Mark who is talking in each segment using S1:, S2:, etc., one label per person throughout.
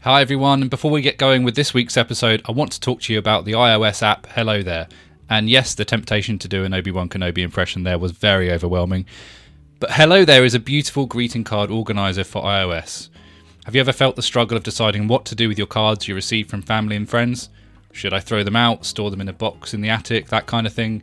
S1: Hi, everyone. And before we get going with this week's episode, I want to talk to you about the iOS app Hello There. And yes, the temptation to do an Obi Wan Kenobi impression there was very overwhelming. But Hello There is a beautiful greeting card organizer for iOS. Have you ever felt the struggle of deciding what to do with your cards you receive from family and friends? Should I throw them out, store them in a box in the attic, that kind of thing?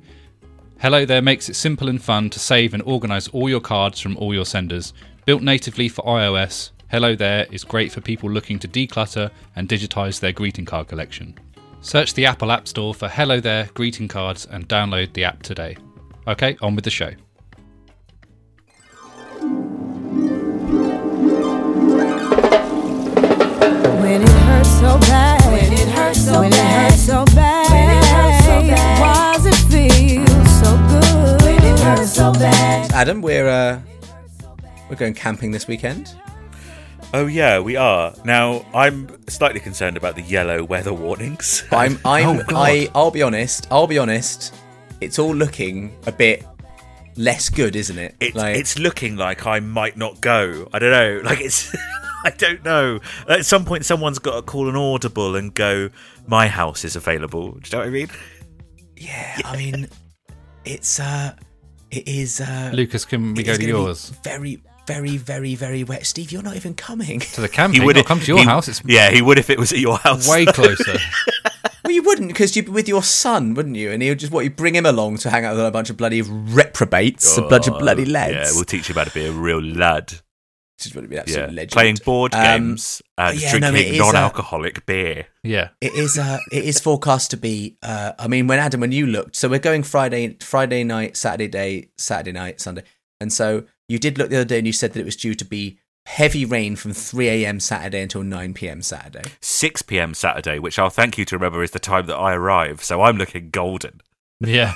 S1: Hello There makes it simple and fun to save and organize all your cards from all your senders. Built natively for iOS, Hello There is great for people looking to declutter and digitize their greeting card collection. Search the Apple App Store for Hello There greeting cards and download the app today. Okay, on with the show.
S2: When it hurts so bad. When it hurts so when bad. It hurts so bad. When it hurts so bad. Why's it feel so good? When it hurts so bad.
S3: Adam, we're uh, we're going camping this weekend.
S4: Oh yeah, we are. Now I'm slightly concerned about the yellow weather warnings.
S3: I'm I'm
S4: Oh,
S3: I I'll be honest. I'll be honest. It's all looking a bit less good, isn't it?
S4: It's it's looking like I might not go. I don't know. Like it's I don't know. At some point someone's got to call an audible and go my house is available. Do you know what I mean?
S3: yeah, I mean, it's uh, it is uh,
S1: Lucas, can we
S3: it
S1: go
S3: is
S1: to
S3: gonna be
S1: yours?
S3: Very very very very wet. Steve, you're not even coming.
S1: To the camping? I'll come to your
S4: he-
S1: house. It's
S4: yeah, he would if it was at your house.
S1: way closer.
S3: well, you wouldn't because you'd be with your son, wouldn't you? And he'll just what you bring him along to hang out with a bunch of bloody reprobates, a bunch of bloody lads.
S4: Yeah, we'll teach you how to be a real lad.
S3: Just would be an absolute
S4: Yeah,
S3: legend.
S4: playing board
S3: Um,
S4: games and
S3: yeah, no, it
S4: drinking
S3: is, uh,
S4: non-alcoholic beer.
S1: yeah.
S3: It is. Uh, it is forecast to be. Uh, I mean, when Adam, when you looked, so we're going Friday, Friday night, Saturday day, Saturday night, Sunday, and so you did look the other day, and you said that it was due to be heavy rain from 3 a.m. Saturday until 9 p.m. Saturday.
S4: 6 p.m. Saturday, which I'll thank you to remember is the time that I arrive. So I'm looking golden.
S1: Yeah.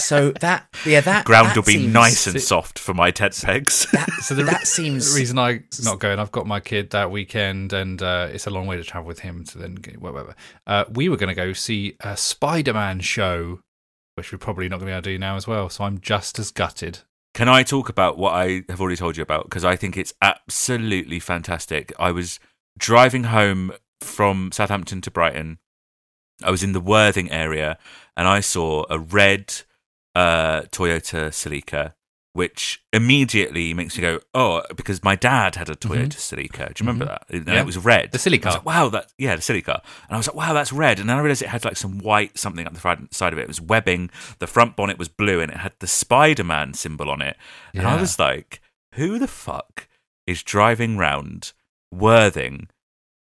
S3: So that, yeah, that
S4: Ground
S3: that
S4: will be
S3: seems-
S4: nice and soft for my tent pegs.
S3: That,
S1: So the,
S3: that seems
S1: the reason I'm not going, I've got my kid that weekend, and uh, it's a long way to travel with him. So then, get- whatever. Uh, we were going to go see a Spider-Man show, which we're probably not going to be able to do now as well. So I'm just as gutted.
S4: Can I talk about what I have already told you about? Because I think it's absolutely fantastic. I was driving home from Southampton to Brighton. I was in the Worthing area and I saw a red uh, Toyota Celica, which immediately makes me go, oh, because my dad had a
S3: Mm-hmm.
S4: Toyota Celica. Do you remember that? And
S1: Yeah.
S4: it was red.
S1: The silly
S4: I was
S1: car.
S4: like, wow, that yeah, the silly car. And I was like, wow, that's red. And then I realised it had like some white something up the front side of it. It was webbing. The front bonnet was blue, and it had the Spider Man symbol on it. And I
S1: Yeah.
S4: was like, who the fuck is driving round Worthing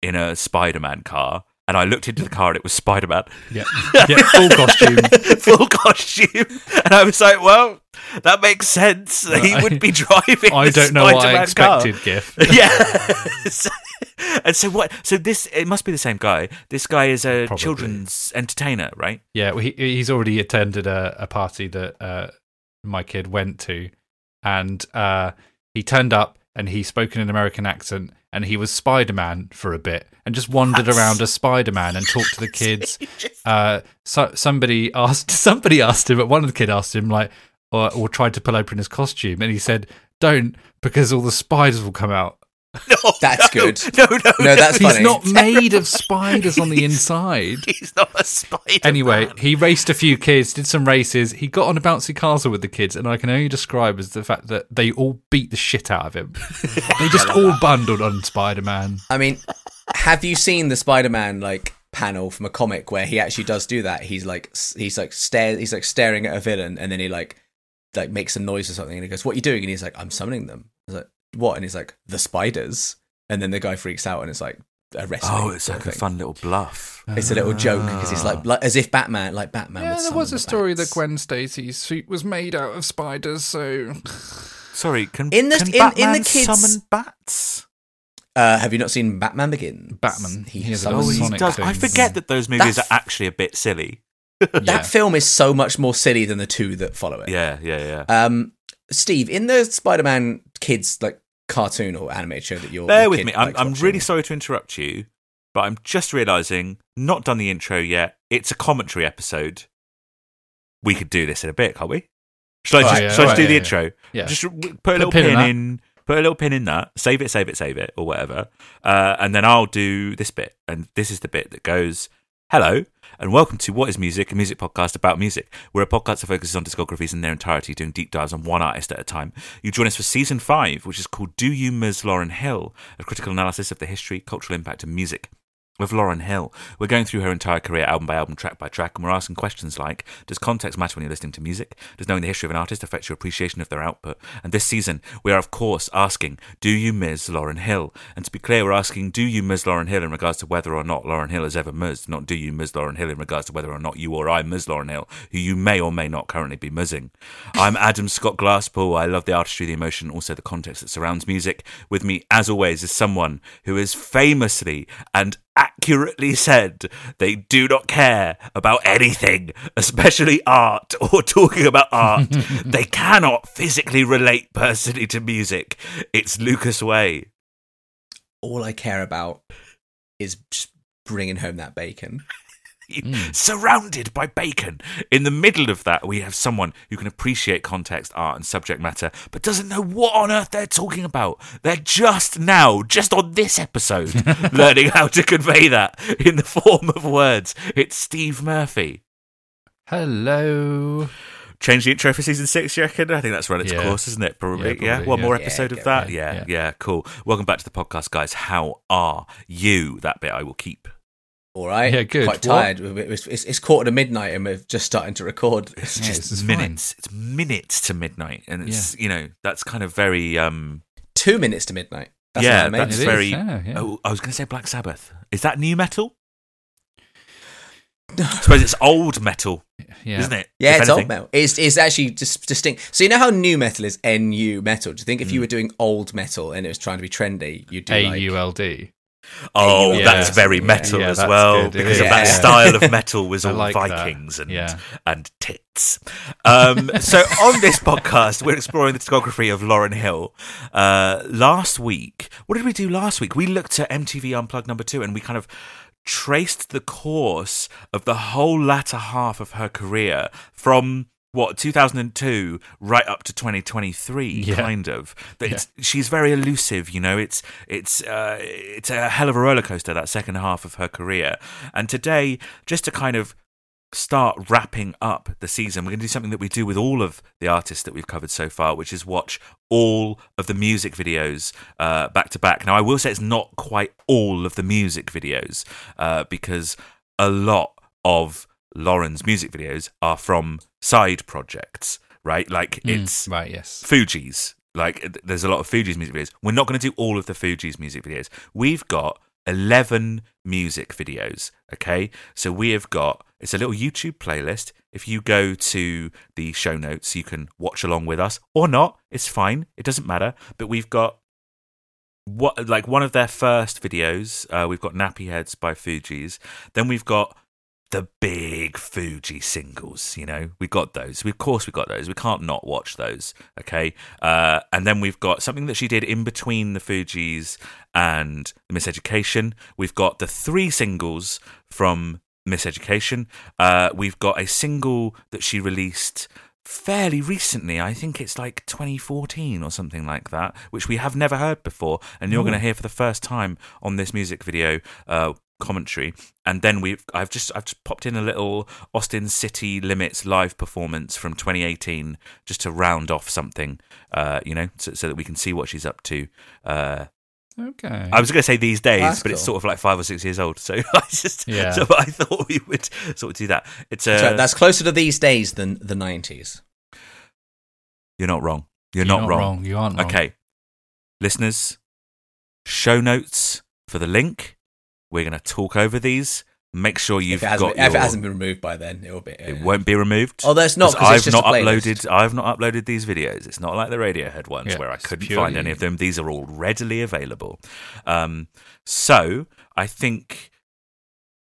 S4: in a Spider Man car? And I looked into the car, and it was Spider Man.
S1: Yeah, yeah, full costume.
S4: Full costume, and I was like, "Well, that makes sense. He would be driving."
S1: I
S4: the
S1: don't know what I
S4: Spider-Man car."
S1: expected. Gif.
S4: yeah. So- and so what? So this it must be the same guy. This guy is a
S1: Probably.
S4: children's entertainer, right?
S1: Yeah, well, he, he's already attended a, a party that uh, my kid went to, and uh, he turned up and he spoke in an American accent, and he was Spider Man for a bit, and just wandered around as Spider Man and talked to the kids. Uh, so, somebody asked somebody asked him, but one of the kid asked him like, "Oh, or, or tried to pull open his costume, and he said, "Don't, because all the spiders will come out."
S4: No,
S3: That's
S4: no,
S3: good.
S4: No, no,
S3: No, that's
S1: He's
S3: funny.
S1: not made of spiders on the inside.
S4: He's not a spider.
S1: Anyway, he raced a few kids, did some races. He got on a bouncy castle with the kids, and I can only describe as the fact that they all beat the shit out of him. they just all bundled on Spider Man.
S3: I mean, have you seen the Spider-Man like panel from a comic where he actually does do that? He's like s- he's like stare he's like staring at a villain and then he like like makes a noise or something and he goes, "What are you doing?" And he's like, "I'm summoning them." I was like, "What?" And he's like, "The spiders." And then the guy freaks out and it's like arrest.
S4: oh,
S3: me
S4: it's
S3: sort
S4: like
S3: of
S4: a
S3: thing.
S4: fun Ah. little bluff.
S3: It's a little joke because he's like, like as if Batman, like Batman. would
S1: Yeah, there
S3: summon
S1: was
S3: the
S1: a story
S3: bats.
S1: that Gwen Stacy's suit was made out of spiders, so.
S4: Sorry, can
S3: In the-
S4: can
S3: in- in
S4: Batman
S3: the kids-
S4: summon bats?
S3: Uh, have you not seen Batman Begins?
S1: Batman.
S3: He,
S1: He has a
S3: summons
S4: Oh,
S1: little
S4: he
S1: Sonic
S4: does. I
S1: thing.
S4: forget that those movies
S3: That's-
S4: are actually a bit silly.
S3: That film is so much more silly than the two that follow it.
S4: Yeah, yeah, yeah.
S3: Um, Steve, in the Spider-Man kids like cartoon or animated show that you're
S4: Bear
S3: your
S4: with
S3: kid
S4: me. I'm,
S3: likes
S4: I'm
S3: watching,
S4: really sorry to interrupt you, but I'm just realizing, not done the intro yet. It's a commentary episode. We could do this in a bit, can't we? Should I
S1: Oh,
S4: just,
S1: yeah,
S4: shall I just
S1: right,
S4: do the
S1: Oh, yeah,
S4: intro?
S1: yeah.
S4: Just r- put a
S1: Put a
S4: little
S1: pin in
S4: pin
S1: that.
S4: in put a little pin in that, save it, save it, save it, or whatever. Uh, and then I'll do this bit. And this is the bit that goes, Hello, and welcome to What is Music, a music podcast about music. We're a podcast that focuses on discographies in their entirety, doing deep dives on one artist at a time. You join us for season five, which is called Do You, Ms. Lauren Hill, a critical analysis of the history, cultural impact, and music with Lauren Hill. We're going through her entire career, album by album, track by track, and we're asking questions like Does context matter when you're listening to music? Does knowing the history of an artist affect your appreciation of their output? And this season, we are, of course, asking Do you Ms. Lauren Hill? And to be clear, we're asking Do you Ms. Lauren Hill in regards to whether or not Lauren Hill has ever Muzzed, not Do you Ms. Lauren Hill in regards to whether or not you or I Ms. Lauren Hill, who you may or may not currently be Muzzing. I'm Adam Scott Glasspool. I love the artistry, the emotion, also the context that surrounds music. With me, as always, is someone who has famously and accurately said they do not care about anything, especially art or talking about art. they cannot physically relate personally to music. It's Lucas Way.
S3: All I care about is just bringing home that bacon.
S4: surrounded by bacon. In the middle of that, we have someone who can appreciate context, art, and subject matter, but doesn't know what on earth they're talking about. They're just now, just on this episode, learning how to convey that in the form of words. It's Steve Murphy.
S1: Hello.
S4: Change the intro for season six, you reckon? I think that's run its
S1: Yeah.
S4: course, isn't it? Probably.
S1: Yeah,
S4: Yeah.
S1: probably,
S4: One
S1: yeah.
S4: more
S3: Yeah,
S4: episode
S3: go
S4: of that.
S1: ahead.
S4: Yeah, yeah.
S1: Yeah.
S4: Cool. Welcome back to the podcast, guys. How are you? That bit I will keep.
S3: All right.
S1: Yeah, good.
S3: Quite tired. It's, it's, it's quarter to midnight and we're just starting to record.
S4: it's
S1: Yeah,
S4: just
S1: this is
S4: minutes. It's minutes to midnight, and it's you know that's kind of very um
S3: Two minutes to midnight. That's
S4: yeah
S3: not amazing.
S4: that's
S1: It is,
S4: very.
S1: yeah, yeah.
S4: Oh, I was going to say Black Sabbath. Is that new metal? I suppose it's old metal,
S1: Yeah.
S4: isn't it?
S3: Yeah,
S4: If
S3: it's
S4: anything.
S3: old metal. It's, it's actually just distinct. So you know how new metal is NU metal. Do you think if you
S1: Mm.
S3: were doing old metal and it was trying to be trendy, you'd do like
S1: AULD.
S4: Oh,
S1: Yeah.
S4: that's very
S3: Yeah.
S4: metal
S1: Yeah,
S4: as
S1: that's
S4: well
S1: good. It
S4: because
S3: is.
S4: of that
S3: Yeah.
S4: style of metal was
S1: I
S4: all
S1: like that.
S4: Vikings and
S1: Yeah.
S4: and tits. Um, so on this podcast, we're exploring the discography of Lauren Hill. Uh, last week, what did we do last week? We looked at MTV Unplugged number two, and we kind of traced the course of the whole latter half of her career from. What 2002 right up to 2023
S1: Yeah.
S4: kind of that it's, she's very elusive you know it's it's uh, it's a hell of a roller coaster that second half of her career and today just to kind of start wrapping up the season, we're going to do something that we do with all of the artists that we've covered so far, which is watch all of the music videos uh, back to back. Now, I will say it's not quite all of the music videos uh, because a lot of Lauren's music videos are from side projects, right? Like it's
S1: Right, yes.
S4: Fuji's. Like, th- there's a lot of Fuji's music videos. We're not going to do all of the Fuji's music videos. We've got 11 music videos. Okay. So we have got, it's a little YouTube playlist. If you go to the show notes, you can watch along with us or not. It's fine. It doesn't matter. But we've got what like one of their first videos. Uh, we've got Nappy Heads by Fuji's. Then we've got the big Fuji singles. You know, we got those. We, of course, we got those. We can't not watch those. Okay. Uh, and then we've got something that she did in between the Fuji's and Miseducation. We've got the three singles from Miseducation. Uh, we've got a single that she released fairly recently. I think it's like 2014 or something like that, which we have never heard before, and you're going to
S3: Mm.
S4: hear for the first time on this music video uh, commentary. And then we've I've just I've just popped in a little Austin City Limits live performance from 2018 just to round off something, uh, you know, so, so that we can see what she's up to. Uh,
S1: Okay.
S4: I was going to say these days,
S3: That's
S4: but it's
S3: cool.
S4: sort of like five or six years old. So I just
S1: Yeah.
S4: so I thought we would sort of do that. It's uh,
S3: That's, right, that's closer to these days than the 90s.
S4: you're not wrong. You're,
S1: You're
S4: not, wrong.
S1: You aren't wrong.
S4: Okay. Listeners, show notes for the link. We're going to talk over these. Make sure you've
S3: if it hasn't,
S4: got
S3: if it
S4: your-
S3: hasn't been removed by then, it'll be.
S4: it won't be removed.
S3: Although it's not,
S4: 'Cause
S3: 'cause
S4: I've
S3: it's just
S4: not
S3: a playlist.
S4: uploaded. I've not uploaded these videos. It's not like the Radiohead ones
S1: Yeah,
S4: where I
S1: it's
S4: couldn't
S1: purely-
S4: find any of them. These are all readily available. Um, so I think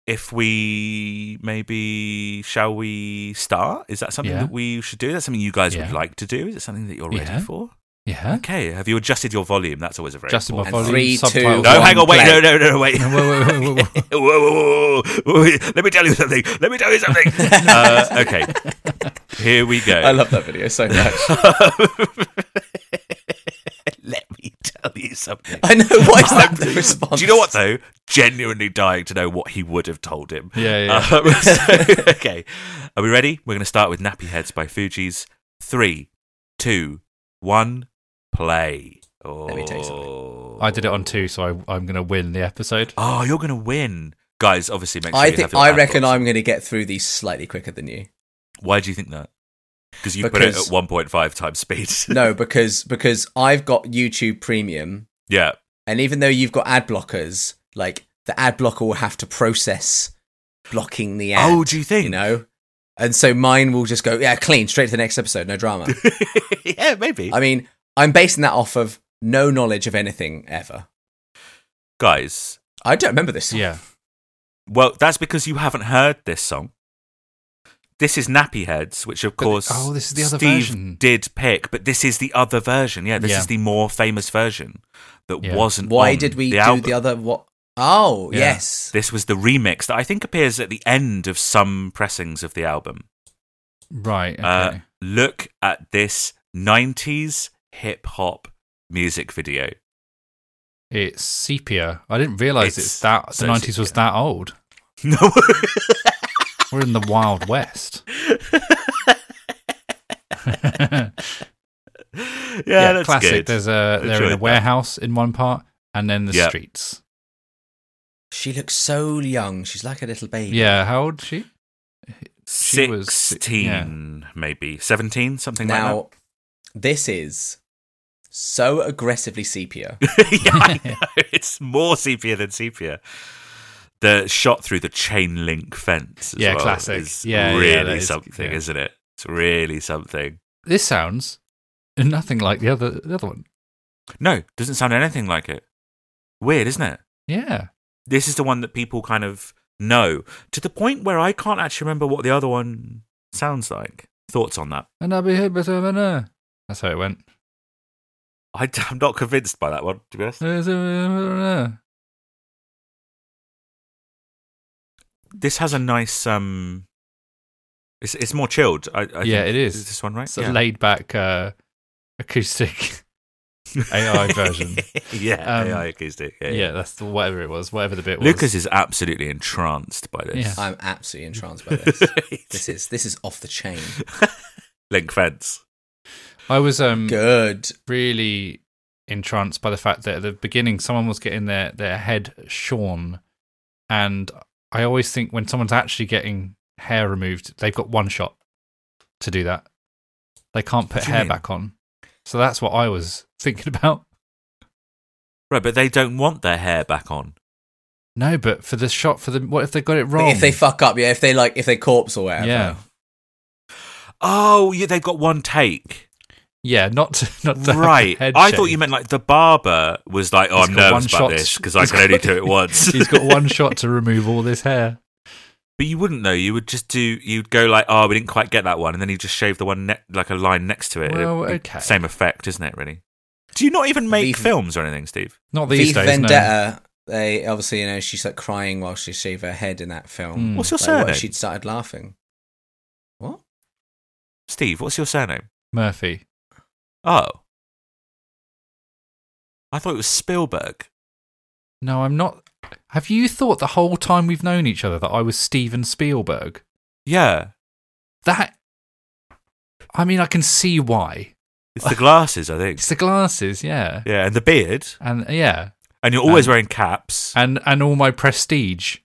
S4: if we maybe shall we start? Is that something
S1: Yeah.
S4: that we should do? Is that something you guys
S1: Yeah.
S4: would like to do? Is it something that you're ready
S1: Yeah.
S4: for?
S1: Yeah.
S4: Okay. Have you adjusted your volume? That's always a very
S1: Justin
S4: important.
S3: And three,
S1: Buffoni,
S3: two,
S1: subtitles.
S4: No,
S3: one,
S4: hang on, wait,
S3: play.
S4: no, no, no, wait.
S1: Whoa, whoa, whoa, whoa, whoa.
S4: Whoa, whoa, whoa, whoa, whoa. Let me tell you something. Let me tell you something. uh, okay, here we go.
S3: I love that video so much.
S4: Let me tell you something.
S3: I know. Why is that the response?
S4: Do you know what though? Genuinely dying to know what he would have told him.
S1: Yeah, yeah.
S4: Um, so- okay. Are we ready? We're going to start with Nappy Heads by Fuji's. Three, two, one, play. Oh.
S3: me tell you
S1: I did it on two, so I, I'm going to win the episode.
S4: Oh, you're going to win, guys. Obviously, make sure
S3: I
S4: you have
S3: think
S4: your
S3: I
S4: laptops.
S3: reckon I'm going to get through these slightly quicker than you.
S4: Why do you think that? Because you put it
S3: Because-
S4: at 1.5 times speed.
S3: No, because because I've got YouTube Premium,
S4: yeah.
S3: and even though you've got ad blockers, like the ad blocker will have to process blocking the ad.
S4: Oh, do you think?
S3: you know? And so mine will just go, yeah, clean, straight to the next episode, no drama.
S4: yeah, maybe.
S3: I mean, I'm basing that off of no knowledge of anything ever.
S4: guys,
S3: I don't remember this. song.
S1: Yeah.
S4: well, that's because you haven't heard this song. This is Nappy Heads, which of course
S1: oh, this is the other
S4: Steve
S1: version.
S4: did pick, but this is the other version. Yeah, this
S1: Yeah.
S4: is the more famous version that
S1: Yeah.
S4: wasn't.
S3: Why
S4: on
S3: did we
S4: the
S3: do
S4: album.
S3: the other? What? Oh,
S1: Yeah.
S3: yes.
S4: This was the remix that I think appears at the end of some pressings of the album.
S1: Right.
S4: Uh,
S1: okay.
S4: look at this 90s hip hop music video.
S1: it's sepia. I didn't realize it's,
S4: It's
S1: that the
S4: so
S1: 90s was that old.
S4: No.
S1: We're in the Wild West. yeah,
S4: yeah, that's
S1: classic.
S4: good.
S1: There's a they're
S4: Enjoyed
S1: in a
S4: that.
S1: warehouse in one part, and then the
S4: Yeah.
S1: streets.
S3: She looks so young. She's like a little baby.
S1: Yeah, how old is she? She was-
S4: 16, maybe 17, something like
S3: Now, this is so aggressively sepia.
S4: that. yeah, I know. It's more sepia than sepia. The shot through the chain link fence. As
S1: Yeah,
S4: well
S1: classic.
S4: Is
S1: Yeah, yeah,
S4: really
S1: that is-
S4: something,
S1: yeah.
S4: isn't it? It's really something.
S1: This sounds nothing like the other the other one.
S4: No, doesn't sound anything like it. Weird, isn't it?
S1: Yeah.
S4: this is the one that people kind of know to the point where I can't actually remember what the other one sounds like. Thoughts on that?
S1: And I'll be here, but I'm not. That's how it went.
S4: I, am not convinced by that one, to be honest.
S1: Yeah,
S4: This has a nice, um, it's it's more chilled. I, I
S1: Yeah,
S4: think.
S1: it is.
S4: This one, right?
S1: It's a laid back uh, acoustic AI version.
S4: yeah,
S1: Um,
S4: AI acoustic. Yeah,
S1: yeah.
S4: yeah.
S1: that's the, whatever it was, whatever the bit was.
S4: Lucas is absolutely entranced by this.
S1: Yeah.
S3: I'm absolutely entranced by this. this is this is off the chain.
S4: Link fence.
S1: I was um,
S3: Good.
S1: really entranced by the fact that at the beginning someone was getting their, their head shorn. And I always think when someone's actually getting hair removed, they've got one shot to do that. They can't put
S4: do you
S1: hair
S4: mean?
S1: back on. So that's what I was thinking about.
S4: Right, but they don't want their hair back on.
S1: No, but for the shot, for the what if they got it
S3: But
S1: wrong?
S3: If they fuck up, yeah. If they like, if they corpse or whatever.
S1: yeah,
S4: Oh, yeah, they've got one take.
S1: yeah, not to, not to have
S4: right.
S1: the head
S4: I thought
S1: shaved.
S4: you meant like the barber was like, oh,
S1: He's
S4: I'm
S1: got
S4: nervous
S1: one
S4: about
S1: shot.
S4: this because I
S1: He's
S4: can only
S1: got-
S4: do it once.
S1: he's got one shot to remove all this hair.
S4: but you wouldn't know. You would just do. You'd go like, oh, we didn't quite get that one, and then you just shave the one ne- like a line next to it. It'd
S1: Well,
S4: be
S1: okay.
S4: Same effect, isn't it? Really. Do you not even make
S3: The-
S4: films or anything, Steve?
S1: Not
S3: V
S1: these
S3: for
S1: days.
S3: Vendetta. They obviously, you know, she's like crying while she shaved her head in that film.
S1: Mm.
S4: What's your
S3: Hmm. Like, what if
S4: surname,
S3: she'd started laughing. What?
S4: Steve? What's your surname?
S1: No. Murphy.
S4: Oh, I thought it was Spielberg.
S1: No, I'm not. Have you thought the whole time we've known each other that I was Steven Spielberg?
S4: Yeah,
S1: That. I mean, I can see why.
S4: it's the glasses, I think.
S1: It's the glasses, yeah,
S4: Yeah, and the beard,
S1: and yeah,
S4: and you're always
S1: And-
S4: wearing caps.
S1: and and all my prestige.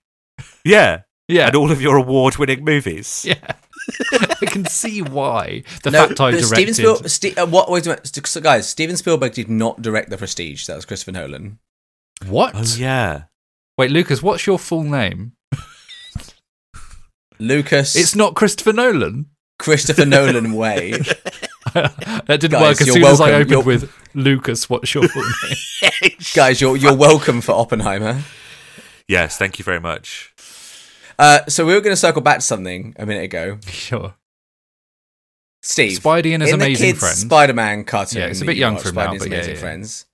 S4: yeah,
S1: Yeah,
S4: and all of your award-winning movies.
S1: yeah. I can see why the fact I
S3: but
S1: directed.
S3: Steven Spielberg. Ste- uh, what? Wait a minute, St- so guys. Steven Spielberg did not direct The Prestige. That was Christopher Nolan.
S1: what?
S4: Oh yeah.
S1: Wait, Lucas, what's your full name?
S3: Lucas.
S1: It's not Christopher Nolan.
S3: Christopher Nolan way.
S1: that didn't
S3: Guys,
S1: work as
S3: you're
S1: soon as I
S3: welcome.
S1: opened
S3: You're-
S1: with Lucas. What's your full name?
S3: Guys, you're you're welcome for Oppenheimer.
S4: Yes, thank you very much.
S3: Uh, so we were going to circle back to something a minute ago.
S1: sure.
S3: Steve,
S1: Spidey and his
S3: in
S1: amazing
S3: the kids'
S1: friend.
S3: Spider-Man cartoon.
S1: Yeah, it's a
S3: that
S1: bit
S3: you
S1: young
S3: watched,
S1: for him now,
S3: Spidey and His
S1: but yeah,
S3: amazing
S1: yeah.
S3: friends.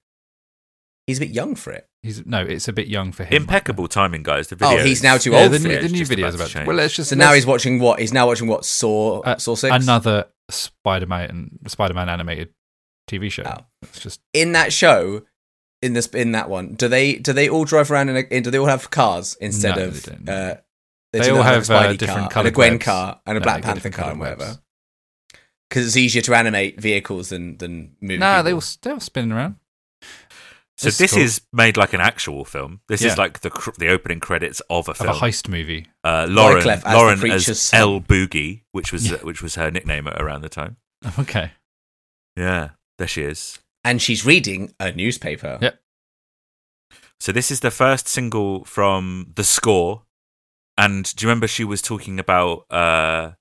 S3: He's a bit young for it.
S1: he's, no, it's a bit young for him.
S4: Impeccable timing, guys. The
S3: Oh,
S4: video.
S3: he's
S4: is-
S3: now too
S1: Yeah,
S3: old
S1: the
S3: for
S1: new,
S3: it.
S1: the
S4: it's
S1: new
S4: just
S1: video
S4: about
S1: is
S4: to
S1: about.
S4: change.
S1: Well, let's just
S3: So now
S1: let's-
S3: he's watching what? He's now watching what? Saw
S1: uh,
S3: Saw Six.
S1: another Spider-Man Spider-Man animated TV show.
S3: Oh.
S1: It's just
S3: in that show, in this in that one? Do they do they all drive around in? A, in do they all have cars instead
S1: No,
S3: of?
S1: they don't.
S3: uh,
S1: They
S3: do
S1: all
S3: not
S1: have, uh,
S3: Spidey
S1: different
S3: car, and a
S1: coloured
S3: Gwen
S1: webs.
S3: car and a
S1: No,
S3: Black
S1: they got
S3: Panther
S1: different
S3: car and
S1: coloured
S3: whatever.
S1: webs.
S3: Because it's easier to animate vehicles than than move.
S1: No, they
S3: people.
S1: were still spinning around.
S4: So
S1: This is
S4: this,
S1: cool.
S4: is made like an actual film. This
S1: Yeah.
S4: is like the cr- the opening credits of a
S1: Of
S4: film.
S1: a heist movie.
S4: uh, Lauren
S3: Wyclef as the
S4: Lauren
S3: preacher's
S4: as
S3: son.
S4: El Boogie, which was uh, which was her nickname around the time.
S1: Okay.
S4: Yeah, there she is.
S3: and she's reading a newspaper.
S1: Yeah.
S4: So this is the first single from the score. And do you remember she was talking about uh,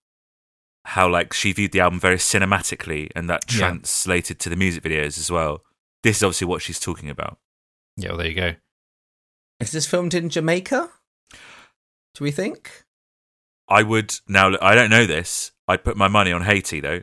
S4: how like she viewed the album very cinematically, and that
S1: Yeah.
S4: translated to the music videos as well. This is obviously what she's talking about.
S1: Yeah, well, there you go.
S3: Is this filmed in Jamaica? Do we think?
S4: I would now. I don't know this. I'd put my money on Haiti though,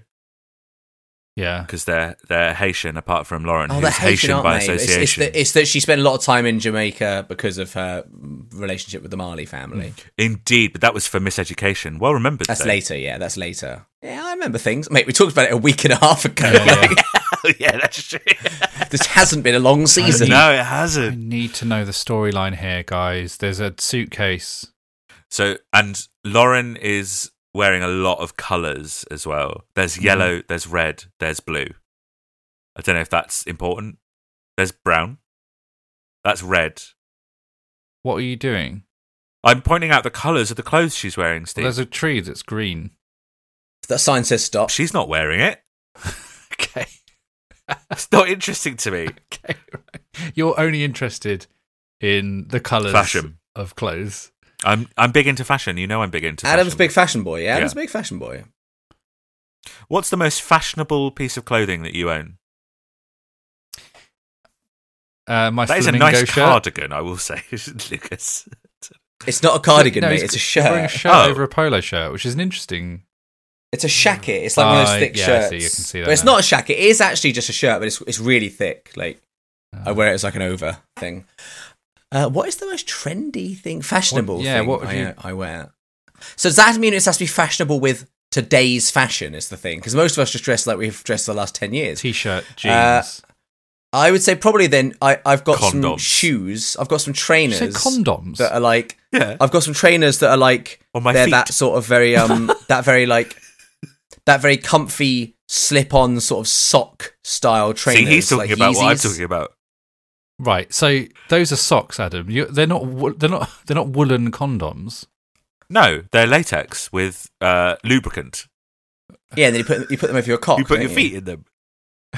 S1: Yeah.
S4: because they're they're Haitian, apart from Lauren,
S3: Oh,
S4: who's
S3: they're Haitian, aren't
S4: by
S3: they? It's-
S4: association.
S3: It's, that, it's that she spent a lot of time in Jamaica because of her mm, relationship with the Marley family.
S4: Indeed, but that was for miseducation. Well remembered.
S3: That's
S4: though.
S3: later, yeah. That's later. Yeah, I remember things, mate. We talked about it a week and a half ago.
S1: Yeah,
S4: Oh, yeah, that's true.
S3: this hasn't been a long season.
S4: no, it
S1: I
S4: hasn't.
S1: need to know the storyline here, guys. There's a suitcase.
S4: So, and Lauren is wearing a lot of colours as well. There's
S1: Mm-hmm.
S4: yellow, there's red, there's blue. I don't know if that's important. There's brown. That's red.
S1: What are you doing?
S4: I'm pointing out the colours of the clothes she's wearing, Steve.
S1: There's a tree that's green.
S3: That sign says stop.
S4: she's not wearing it.
S1: Okay.
S4: It's not interesting to me.
S1: okay right. You're only interested in the colours
S4: Fashion.
S1: of clothes.
S4: I'm I'm big into fashion. You know I'm big into
S3: Adam's
S4: fashion.
S3: big fashion boy. Yeah, Adam's
S4: Yeah.
S3: big fashion boy.
S4: What's the most fashionable piece of clothing that you own?
S1: Uh, my
S4: That is a
S1: flamingo
S4: nice
S1: shirt.
S4: cardigan, I will say, Lucas.
S3: It's not a cardigan,
S1: No,
S3: mate.
S1: he's-
S3: It's a
S1: he's wearing a
S3: shirt.
S1: shirt
S4: Oh.
S1: over a polo shirt, which is an interesting.
S3: It's a shacket. It's like one of
S1: Ah,
S3: those thick
S1: yeah, I
S3: shirts.
S1: see, you can see that
S3: but it's
S1: now.
S3: not a shacket. It is actually just a shirt, but it's it's really thick. Like I
S1: Ah.
S3: wear it as like an over thing. Uh, what is the most trendy thing, fashionable?
S1: yeah,
S3: thing
S1: what would
S3: I, uh,
S1: you-
S3: I wear? So does that mean it has to be fashionable with today's fashion? Is the thing because most of us just dress like we've dressed the last ten years.
S1: T-shirt, jeans.
S3: Uh, I would say probably then I, I've got some
S4: Condoms.
S3: shoes. I've got some
S1: you
S3: trainers
S1: say condoms.
S3: that are like
S4: Yeah.
S3: I've got some trainers that are like
S4: On my
S3: they're
S4: feet.
S3: that sort of very um that very like that very comfy slip on sort of sock style trainers.
S4: See, he's
S3: like
S4: talking about what I'm
S3: Yeezys.
S4: talking about.
S1: Right. So those are socks, Adam. You, they're not. wo- They're not. They're not woolen condoms.
S4: No, they're latex with uh, lubricant.
S3: Yeah, and then you put you put them over your cock.
S4: you put
S3: don't
S4: your feet in them.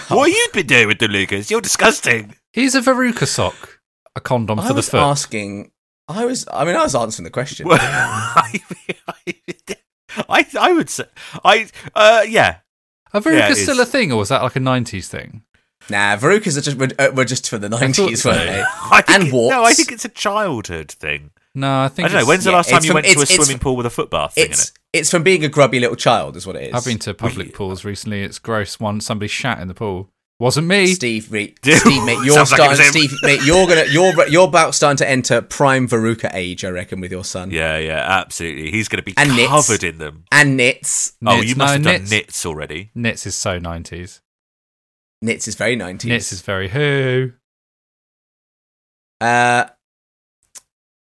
S4: What have you been doing with the Lucas? You're disgusting.
S1: Is a veruca sock a condom
S3: I
S1: for the
S3: was
S1: foot?
S3: asking. I was. I mean, I was answering the question.
S4: Well, I, I, I would say, I, uh, yeah,
S1: Are verucas
S4: Yeah, it
S1: still a
S4: is.
S1: thing, or was that like a nineties thing?
S3: Nah, Verucas are just were, uh, were just for the nineties,
S1: so.
S3: weren't they?
S4: I think
S3: And
S4: it-
S3: warts.
S4: No, I think it's a childhood thing.
S1: No, I
S4: I,
S1: think.
S4: don't know.
S1: it's-
S4: When's the
S3: yeah,
S4: last time
S3: it's
S4: you
S3: from-
S4: went to a
S3: it's- it's-
S4: swimming pool with a foot bath thing in
S3: It's
S4: it?
S3: it's from being a grubby little child, is what it is.
S1: I've been to public pools recently. It's gross. One somebody shat in the pool. Wasn't me.
S3: Steve, re-
S4: Dude,
S3: Steve, mate, you're
S4: sounds like it was
S3: starting.
S4: him.
S3: Steve, mate, you're gonna, you're, you're about starting to enter prime Veruca age, I reckon, with your son.
S4: Yeah, yeah, absolutely. He's going to be
S3: And knits.
S4: covered in them.
S3: And knits.
S4: Oh,
S1: Knits.
S4: you must
S1: No,
S4: have done
S1: knits.
S4: knits already.
S1: Knits is so nineties.
S3: Knits is very nineties.
S1: Knits is very who.
S3: Uh,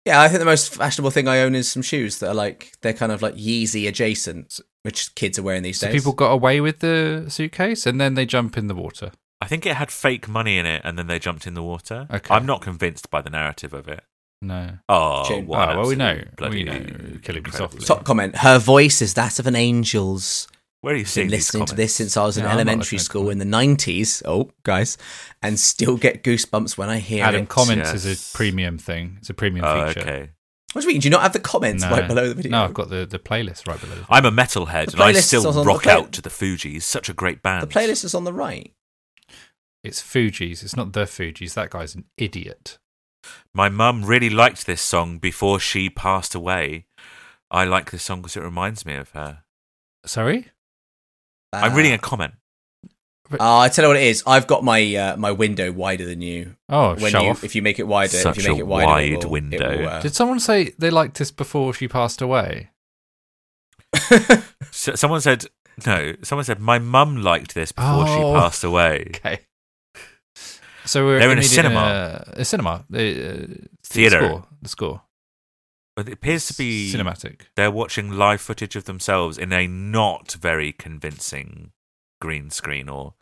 S3: yeah, I think the most fashionable thing I own is some shoes that are like they're kind of like Yeezy adjacent, which kids are wearing these
S1: So
S3: days.
S1: people got away with the suitcase, and then they jump in the water.
S4: I think it had fake money in it, and then they jumped in the water.
S1: Okay.
S4: I'm not convinced by the narrative of it.
S1: No.
S4: Oh,
S3: Shame.
S1: Oh,
S4: what an
S1: well, we
S4: absolute
S1: know.
S4: bloody
S1: we know. Killing me
S4: incredible-
S1: softly.
S3: Top comment: Her voice is that of an angel's.
S4: Where are you seeing
S3: Been
S4: these
S3: listening to
S4: comments?
S3: this since I was in
S1: Yeah, I'm not
S3: elementary
S1: listening to
S3: school
S1: them.
S3: in the nineties. Oh, guys, and still get goosebumps when I hear
S1: Adam
S3: it.
S1: comments is
S4: Yes.
S1: a premium thing. It's a premium
S4: Oh,
S1: feature.
S4: okay.
S3: What do you mean? Do you not have the comments
S1: No.
S3: right below the video?
S1: No, I've got the, the playlist right below.
S4: I'm a metalhead,
S3: The
S4: and I
S3: playlist
S4: still
S3: was on the
S4: rock
S3: play-
S4: out to the Fugees. Such a great band.
S3: the playlist is on the right.
S1: It's Fuji's. It's not the Fuji's. That guy's an idiot.
S4: My mum really liked this song before she passed away. I like this song because it reminds me of her.
S1: Sorry?
S4: I'm reading a comment.
S3: Uh, Ah. I tell you what it is. I've got my uh, my window wider than you.
S1: Oh,
S3: When
S1: show
S3: you,
S1: off.
S3: if you make it wider, if
S4: Such
S3: you make
S4: a
S3: it wider, it
S4: wide
S3: will-
S4: window.
S3: It will, uh,
S1: Did someone say they liked this before she passed away?
S4: So, someone said no. Someone said my mum liked this before
S1: Oh.
S4: she passed away.
S1: Okay. So we're
S4: They're in a
S1: immediate-
S4: cinema.
S1: uh, a cinema. The, uh,
S4: Theatre.
S1: The score. The score.
S4: But it appears to be
S1: cinematic.
S4: they're watching live footage of themselves in a not very convincing green screen or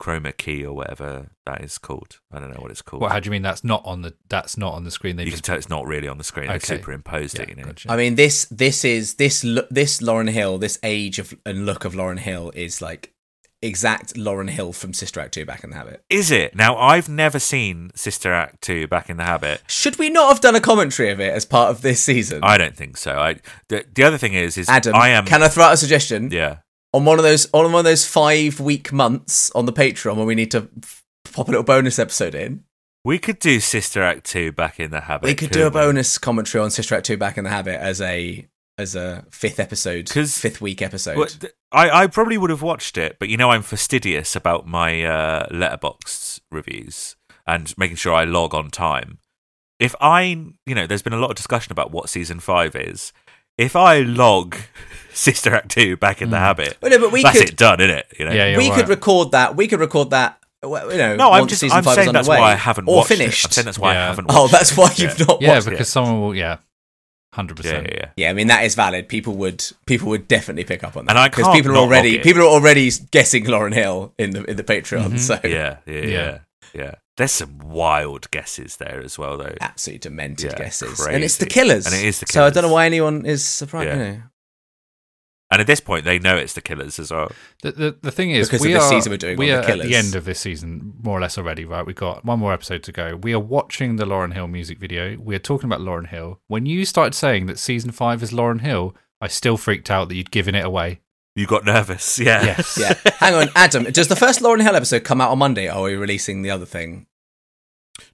S4: chroma key or whatever that is called. I don't know what it's called.
S1: Well, how do you mean that's not on the that's not on the screen? They
S4: you can
S1: just
S4: tell it's not really on the screen. They
S1: Okay.
S4: superimposed
S1: yeah,
S4: it. You know?
S1: gotcha.
S3: I mean, this this is this lo- this Lauren Hill, this age of and look of Lauren Hill is like exact Lauren Hill from Sister Act Two, Back in the Habit.
S4: Is it? Now, I've never seen Sister Act 2 Back in the Habit.
S3: Should we not have done a commentary of it as part of this season?
S4: I don't think so. I the, the other thing is is
S3: Adam,
S4: I am
S3: can I throw out a suggestion?
S4: yeah.
S3: On one of those on one of those five week months on the Patreon where we need to f- pop a little bonus episode in.
S4: We could do Sister Act 2 Back in the Habit.
S3: we could do a bonus commentary on Sister Act Two, Back in the Habit as a as a fifth episode,
S4: 'Cause-
S3: fifth week episode.
S4: Well, th- I, I probably would have watched it, but you know I'm fastidious about my uh, letterbox reviews and making sure I log on time. If I, you know, there's been a lot of discussion about what season five is. If I log Sister Act two back in the habit,
S3: Well, no, but we
S4: that's
S3: could-
S4: it done, isn't it? You know,
S1: Hmm. Yeah, yeah.
S3: we
S1: you're
S3: could
S1: right.
S3: record that. We could record that. well, You know,
S4: No, I'm
S3: once
S4: just
S3: season
S4: I'm
S3: five is
S4: saying that's
S3: underway,
S4: why I haven't
S3: or
S4: watched
S3: finished.
S4: It. I'm saying that's why I
S1: Yeah.
S4: haven't. Watched
S3: oh, that's why
S4: it.
S3: you've
S4: yeah.
S3: not
S1: yeah,
S3: watched
S1: because
S3: it.
S1: someone will. Yeah, hundred
S4: Yeah, yeah,
S1: percent.
S4: yeah.
S3: Yeah, I mean that is valid. People would people would definitely pick up on that
S4: And I
S3: because
S4: can't
S3: people are
S4: not
S3: already
S4: log it. Mm-hmm.
S3: people are already guessing Lauren Hill in the in the Patreon. So
S4: yeah, yeah, yeah,
S1: Yeah.
S4: yeah. There's some wild guesses there as well, though.
S3: absolutely demented
S4: Yeah,
S3: guesses,
S4: crazy.
S3: and it's the Killers.
S4: And it is The
S3: So I don't know
S4: Killers.
S3: why anyone is surprised.
S4: Yeah.
S3: You know,
S4: And at this point, they know it's the killers as well.
S1: The, the, the thing is,
S3: Because of
S1: we
S3: this
S1: are,
S3: season we're doing
S1: we
S3: on
S1: are
S3: The
S1: at
S3: Killers.
S1: the end of this season, more or less already, right? We've got one more episode to go. We are watching the Lauren Hill music video. We are talking about Lauren Hill. When you started saying that season five is Lauren Hill, I still freaked out that you'd given it away.
S4: You got nervous, yeah.
S1: Yes.
S3: yeah. Hang on, Adam. Does the first Lauren Hill episode come out on Monday? Or are we releasing the other thing?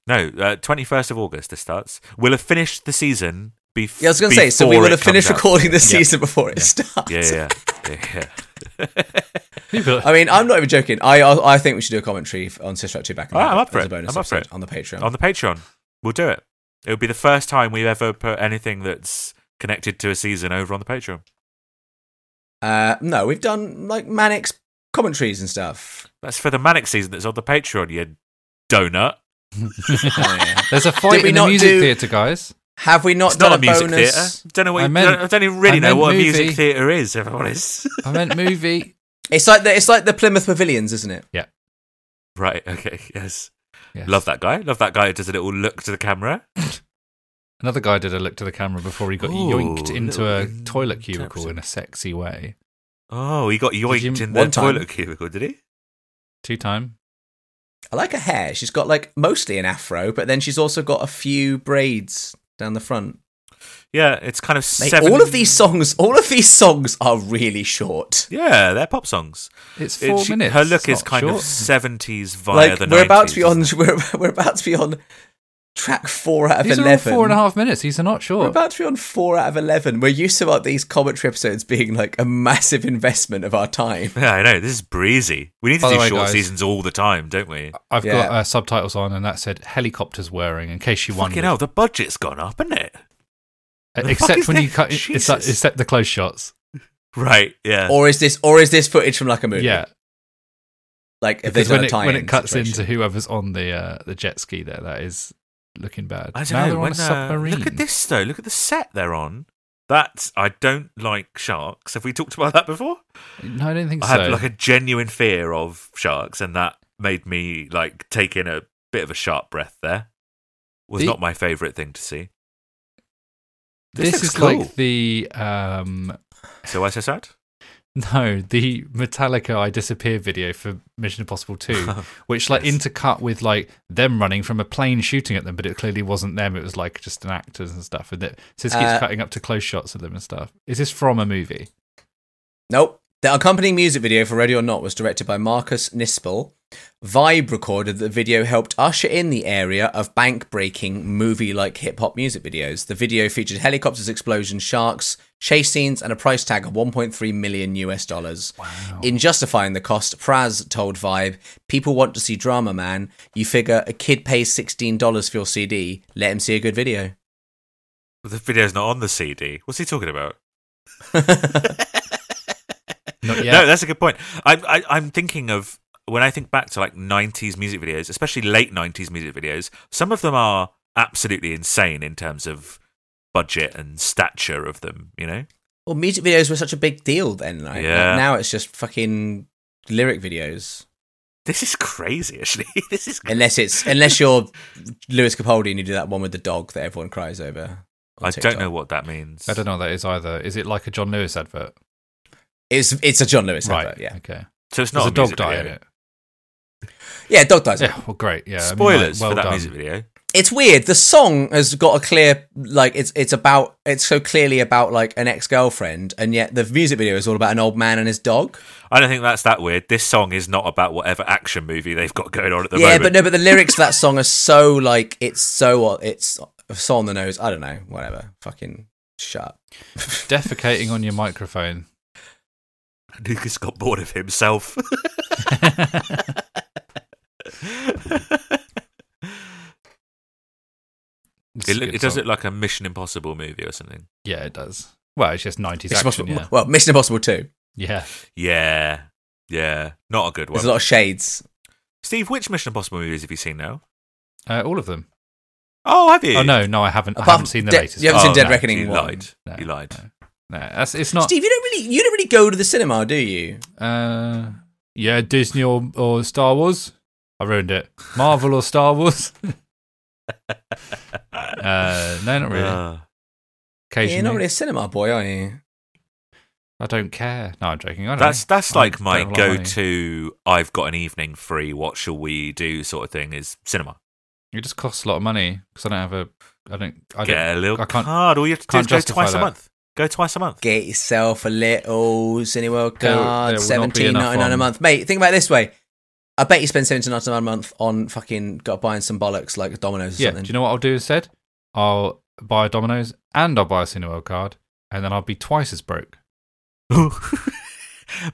S4: No, twenty first of August. This starts. We'll have finished the season before.
S3: Yeah, I was going to say. So we
S4: it
S3: would have
S4: comes
S3: finished
S4: out.
S3: recording the
S1: Yeah.
S3: season before it starts.
S4: Yeah, yeah, yeah. yeah.
S1: People-
S3: I mean, I'm not even joking. I I I think we should do a commentary f- on Sister Act 2 back in the
S4: Ah, I'm
S3: Habit
S4: up for
S3: as
S4: it.
S3: a bonus
S4: I'm up for
S3: episode
S4: it.
S3: on the Patreon.
S4: On the Patreon, we'll do it. It would be the first time we've ever put anything that's connected to a season over on the Patreon.
S3: uh, no, we've done like Manic's commentaries and stuff.
S4: That's for the manic season that's on the Patreon. You donut.
S3: Oh, yeah.
S1: There's a fight
S3: we
S1: in the
S3: not
S1: music
S3: do-
S1: theatre, guys.
S3: Have we not
S4: It's
S3: done
S4: not a music
S3: bonus?
S4: theatre. Don't know what.
S1: I
S4: you-
S1: meant-
S4: I don't even really
S1: I
S4: know
S1: meant
S4: what a
S1: movie.
S4: music theatre is. If I'm honest.
S1: I meant movie.
S3: It's like the, it's like the Plymouth Pavilions, isn't it?
S4: right. Okay. Yes.
S1: Yes.
S4: Love that guy. Love that guy who does a little look to the camera.
S1: Another guy did a look to the camera before he got
S4: Ooh,
S1: yoinked into a
S4: little
S1: toilet cubicle
S4: interruption.
S1: in a sexy way.
S4: Oh, he got yoinked
S1: you-
S4: in the
S3: one time-
S4: toilet cubicle, did he?
S1: Two time.
S3: I like her hair. She's got like mostly an afro, but then she's also got a few braids down the front.
S4: Yeah, it's kind of
S3: Mate,
S4: seven.
S3: all of these songs, all of these songs are really short.
S4: Yeah, they're pop songs.
S1: It's four
S4: It- she-
S1: minutes.
S4: Her look
S1: It's
S4: is
S1: not
S4: kind
S1: short.
S4: of seventies via
S3: Like
S4: the.
S3: we're about to
S4: 90s,
S3: be on,
S4: isn't it?
S3: we're, we're about to be on track four out of
S1: These are all
S3: eleven.
S1: four and a half minutes. These are not
S3: We're
S1: short.
S3: about to be on four out of eleven. We're used to like, these commentary episodes being like a massive investment of our time.
S4: Yeah, I know. This is breezy. We need to
S1: By the
S4: do
S1: way,
S4: short
S1: guys-
S4: seasons all the time, don't we?
S1: I've
S3: Yeah.
S1: got uh, subtitles on, and that said "helicopters whirring." In case you
S4: Fucking
S1: wondered,
S4: hell, the budget's gone up, isn't it?
S1: Uh,
S4: the fuck
S1: except
S4: is
S1: when you
S4: that?
S1: cut, it's
S4: Jesus.
S1: like- except the close shots.
S4: Right. Yeah.
S3: Or is this, or is this footage from like a movie?
S1: Yeah,
S3: like if they
S1: because
S3: done
S1: when
S3: a
S1: it,
S3: tie
S1: when it cuts into whoever's on the uh, the jet ski, there that is looking bad.
S4: I don't
S1: now
S4: know.
S1: they're on
S4: when,
S1: a
S4: uh,
S1: submarine.
S4: look at this though. Look at the set they're on. That's I don't like sharks. Have we talked about that before?
S1: No, I don't think
S4: I
S1: so.
S4: had like a genuine fear of sharks, and that made me like take in a bit of a sharp breath. There was
S1: The-
S4: not my favourite thing to see.
S1: this
S4: looks
S1: is
S4: cool.
S1: like the um,
S4: So why so sad?
S1: no the Metallica "I Disappear" video for Mission Impossible Two, which like
S4: Oh, Yes.
S1: intercut with like them running from a plane shooting at them, but it clearly wasn't them. It was like just an actors and stuff. And it so this keeps
S3: Uh,
S1: cutting up to close shots of them and stuff. Is this from a movie?
S3: Nope. The accompanying music video for Ready or Not was directed by Marcus Nispel. Vibe recorded that the video helped usher in the area of bank breaking, movie like hip hop music videos. The video featured helicopters, explosions, sharks, chase scenes, and a price tag of 1.3 million US dollars. In justifying the cost, Praz told Vibe, People want to see drama, man. You figure a kid pays $16 for your CD, let him see a good video.
S4: The video's not on the CD. What's he talking about?
S1: Not
S4: No,
S1: yet.
S4: that's a good point. I, I, I'm thinking of when I think back to like 90s music videos, especially late 90s music videos, some of them are absolutely insane in terms of budget and stature of them, you know?
S3: Well, music videos were such a big deal then. Like,
S4: Yeah.
S3: Now it's just fucking lyric videos.
S4: This is crazy, actually. this is crazy.
S3: Unless it's unless you're Lewis Capaldi and you do that one with the dog that everyone cries over. on
S4: I
S3: TikTok.
S4: don't know what that means.
S1: I don't know what that is either. Is it like a John Lewis advert?
S3: It's it's a John Lewis advert. Yeah,
S1: Okay.
S4: So it's not
S1: There's a, dog
S4: music
S1: die
S4: video.
S1: in it.
S3: yeah, dog dies.
S1: Yeah. Well, great. Yeah. I mean, like,
S4: Spoilers
S1: Um, well
S4: for that
S1: done.
S4: music video.
S3: It's weird. The song has got a clear like it's it's about it's so clearly about like an ex girlfriend, and yet the music video is all about an old man and his dog.
S4: I don't think that's that weird. This song is not about whatever action movie they've got going on at the
S3: yeah,
S4: moment.
S3: but no, but the lyrics to that song are so like it's so it's so on the nose. I don't know, whatever. Fucking shut. up.
S1: Defecating on your microphone.
S4: Lucas got bored of himself.
S1: It's
S4: It,
S1: a
S4: look,
S1: good
S4: it does
S1: song.
S4: look like a Mission Impossible movie or something.
S1: Yeah, it does. Well, it's just 90s
S3: Mission
S1: action.
S3: Impossible.
S1: Yeah.
S3: Well, Mission Impossible Two.
S1: yeah.
S4: Yeah, yeah, not a good one.
S3: There's a lot of shades.
S4: Steve, which Mission Impossible movies have you seen now?
S1: Uh, all of them.
S4: Oh, have you?
S1: Oh, no, no, I haven't. I
S3: Apart
S1: haven't
S3: from
S1: seen the
S3: De-
S1: latest.
S3: you haven't
S1: one.
S3: seen
S4: Oh,
S3: Dead
S4: no,
S3: Reckoning
S4: You
S3: one.
S4: lied.
S1: No,
S4: you lied.
S1: No, that's, it's not.
S3: Steve, you don't really you don't really go to the cinema, do you?
S1: Uh, yeah, Disney or, or Star Wars. I ruined it. Marvel or Star Wars? uh, no, not really.
S4: Uh,
S1: Occasionally,
S3: You're not really a cinema boy, are you?
S1: I don't care. No, I'm joking. I don't
S4: that's
S1: know.
S4: that's
S1: I
S4: like
S1: don't
S4: my
S1: rely on you.
S4: go-to. I've got an evening free. What shall we do? Sort of thing is cinema.
S1: It just costs a lot of money because I don't have a. I don't. I don't.
S4: Get a little
S1: I can't-
S4: card. All you have to do
S1: can't
S4: is go
S1: justify
S4: twice
S1: that.
S4: a month. Go twice a month.
S3: Get yourself a little Cineworld
S1: There-
S3: card,
S1: there will not be
S3: seventeen
S1: enough
S3: ninety nine a
S1: on-
S3: month, mate. Think about it this way: I bet you spend seventeen ninety nine a month on fucking got buying some bollocks like Domino's or
S1: Yeah.
S3: something.
S1: Do you know what I'll do instead? I'll buy a Domino's and I'll buy a Cineworld card, and then I'll be twice as broke.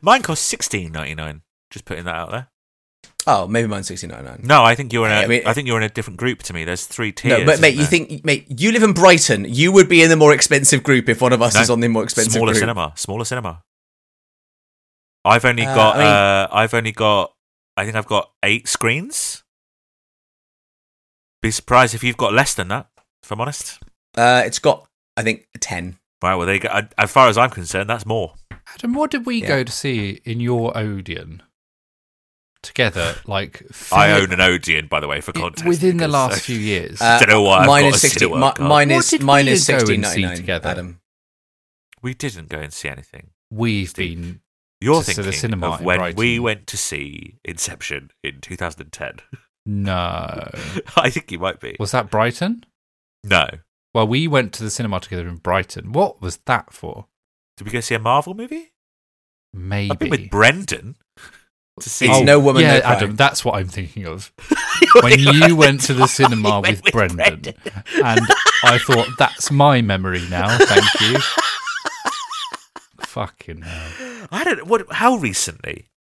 S4: Mine cost sixteen ninety nine. Just putting that out there.
S3: oh, maybe mine's sixteen ninety nine.
S4: No, I think you're in a. I
S3: I mean-
S4: think you're in a different group to me. There's three tiers.
S3: No, but mate,
S4: isn't
S3: you
S4: there?
S3: think, mate, you live in Brighton. You would be in the more expensive group if one of us
S4: No.
S3: is on the more expensive
S4: smaller
S3: group.
S4: cinema, smaller cinema. I've only
S3: Uh,
S4: got.
S3: I mean-
S4: uh, I've only got. I think I've got eight screens. Be surprised if you've got less than that. If I'm honest.
S3: Uh, it's got, I think, ten.
S4: Right. Well, they. go- I- As far as I'm concerned, that's more.
S1: Adam, what did we
S3: Yeah.
S1: go to see in your Odeon together? Like
S4: I
S1: fair-
S4: own an Odeon, by the way, for context.
S1: within the
S4: because-
S1: last few years.
S3: Uh,
S4: Don't know why I've
S3: mine
S4: got
S3: is
S4: a
S3: sixteen.
S4: Cineworld
S3: mi-
S4: card.
S3: Mine
S1: What
S3: is
S1: did
S3: mine
S1: we
S3: is
S1: go and see
S3: sixteen ninety nine.
S1: together?
S3: Adam,
S4: we didn't go and see anything.
S1: We've
S4: Steve.
S1: been
S4: You're
S1: To see the
S4: thinking
S1: cinema
S4: of
S1: in
S4: when
S1: Brighton.
S4: we went to see Inception in 2010.
S1: no.
S4: I think you might be.
S1: Was that Brighton?
S4: No.
S1: Well, we went to the cinema together in Brighton. What was that for?
S4: Did we go see a Marvel movie? I've been
S1: Maybe. Oh,
S4: with Brendan to see.
S3: It's No Woman,
S1: Yeah,
S3: No Cry.
S1: Adam, that's what I'm thinking of. When you went to the cinema
S4: went
S1: with,
S4: with
S1: Brendan,
S4: Brendan.
S1: and I thought that's my memory now. Thank you. Fucking hell.
S4: I don't. What? How recently?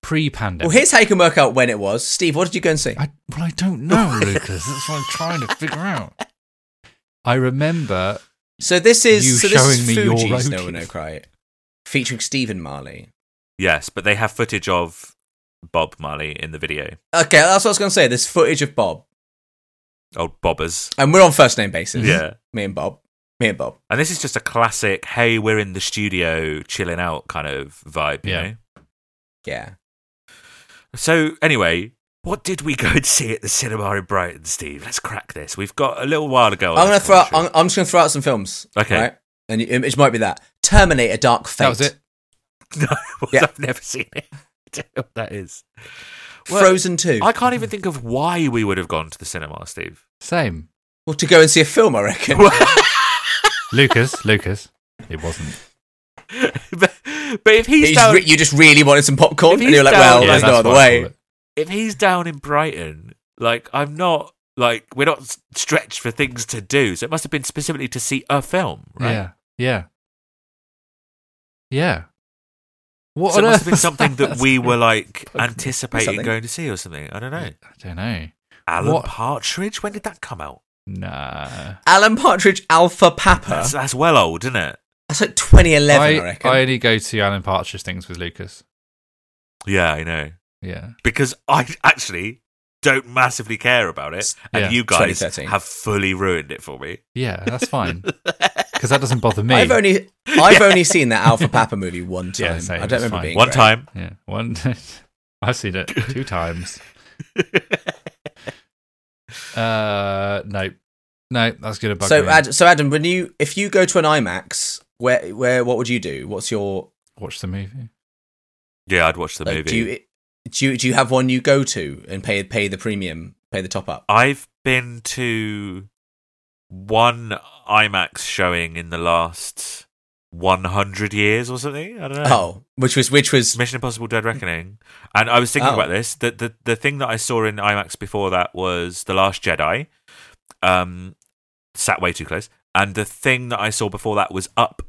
S1: Pre-pandemic.
S3: Well, here's how you can work out when it was. Steve, what did you go and see?
S1: I, well, I don't know, Lucas. That's what I'm trying to figure out. I remember
S3: So this is
S1: You
S3: so this is
S1: showing me your
S3: Fuji's
S1: road
S3: No One No
S1: trip.
S3: Cry, featuring Stephen Marley.
S4: Yes, but they have footage of Bob Marley in the video.
S3: Okay, that's what I was going to say. There's footage of Bob,
S4: Old Bobbers.
S3: and we're on first name basis.
S4: Yeah.
S3: me and Bob, me and Bob.
S4: And this is just a classic. Hey, we're in the studio, chilling out kind of vibe. You
S1: Yeah.
S4: know.
S3: Yeah,
S4: So anyway. What did we go and see at the cinema in Brighton, Steve? Let's crack this. We've got a little while
S1: Oh,
S4: ago. on
S3: I'm going
S4: this
S3: to throw. Out,
S4: commentary.
S3: I'm, I'm just going to throw out some films.
S4: Okay.
S3: right? and you- it might be that Terminator: Dark Fate.
S1: that was it.
S4: No, well,
S3: Yeah.
S4: I've never seen it. I don't know what that is. Well,
S3: Frozen Two.
S4: I can't even think of why we would have gone to the cinema, Steve.
S1: Same.
S3: Well, to go and see a film, I reckon.
S1: Lucas, Lucas. It wasn't.
S4: but, but if he's
S3: You just
S4: down,
S3: re- you just really wanted some popcorn,
S4: If
S3: and you're
S4: he's
S3: like,
S4: down-
S3: "Well,
S4: Yeah,
S3: there's no
S1: that's
S3: other
S1: what I
S3: way."
S1: call it.
S4: if he's down in Brighton, like I'm not, like we're not s- stretched for things to do. So it must have been specifically to see a film, right?
S1: Yeah. Yeah. Yeah. What
S4: So it
S1: on earth
S4: must have been
S1: was
S4: something that we were like
S1: Pokemon.
S4: anticipating
S3: Something.
S4: going to see or something. I don't know.
S1: I don't know.
S4: Alan
S1: What?
S4: Partridge. When did that come out?
S1: Nah.
S3: Alan Partridge, Alpha Papa.
S4: That's, that's well old, isn't it?
S3: That's like 2011, I,
S1: I,
S3: reckon.
S1: I only go to Alan Partridge things with Lucas.
S4: Yeah, I know.
S1: Yeah.
S4: because I actually don't massively care about it, and
S1: Yeah.
S4: you guys
S3: 2013.
S4: have fully ruined it for me.
S1: Yeah, that's fine. Because that doesn't bother me.
S3: I've only I've only seen that Alpha Papa movie one time.
S1: Yeah, same,
S3: I
S1: it's
S3: don't remember
S1: fine.
S3: being
S4: One
S3: great.
S4: time,
S1: yeah, one. I've seen it two times. uh, no, no, that's gonna bug
S3: So
S1: me.
S3: Ad, so Adam, when you if you go to an IMAX, where where what would you do? What's your
S1: Watch the movie.
S4: yeah, I'd watch the
S3: like,
S4: movie.
S3: do you do you do you have one you go to and pay pay the premium, pay the top up?
S4: I've been to one IMAX showing in the last 100 years or something. I don't know.
S3: Oh, which was which was
S4: Mission Impossible Dead Reckoning. And I was thinking
S3: Oh.
S4: about this. The, the the thing that I saw in IMAX before that was The Last Jedi. Um sat way too close. And the thing that I saw before that was Up,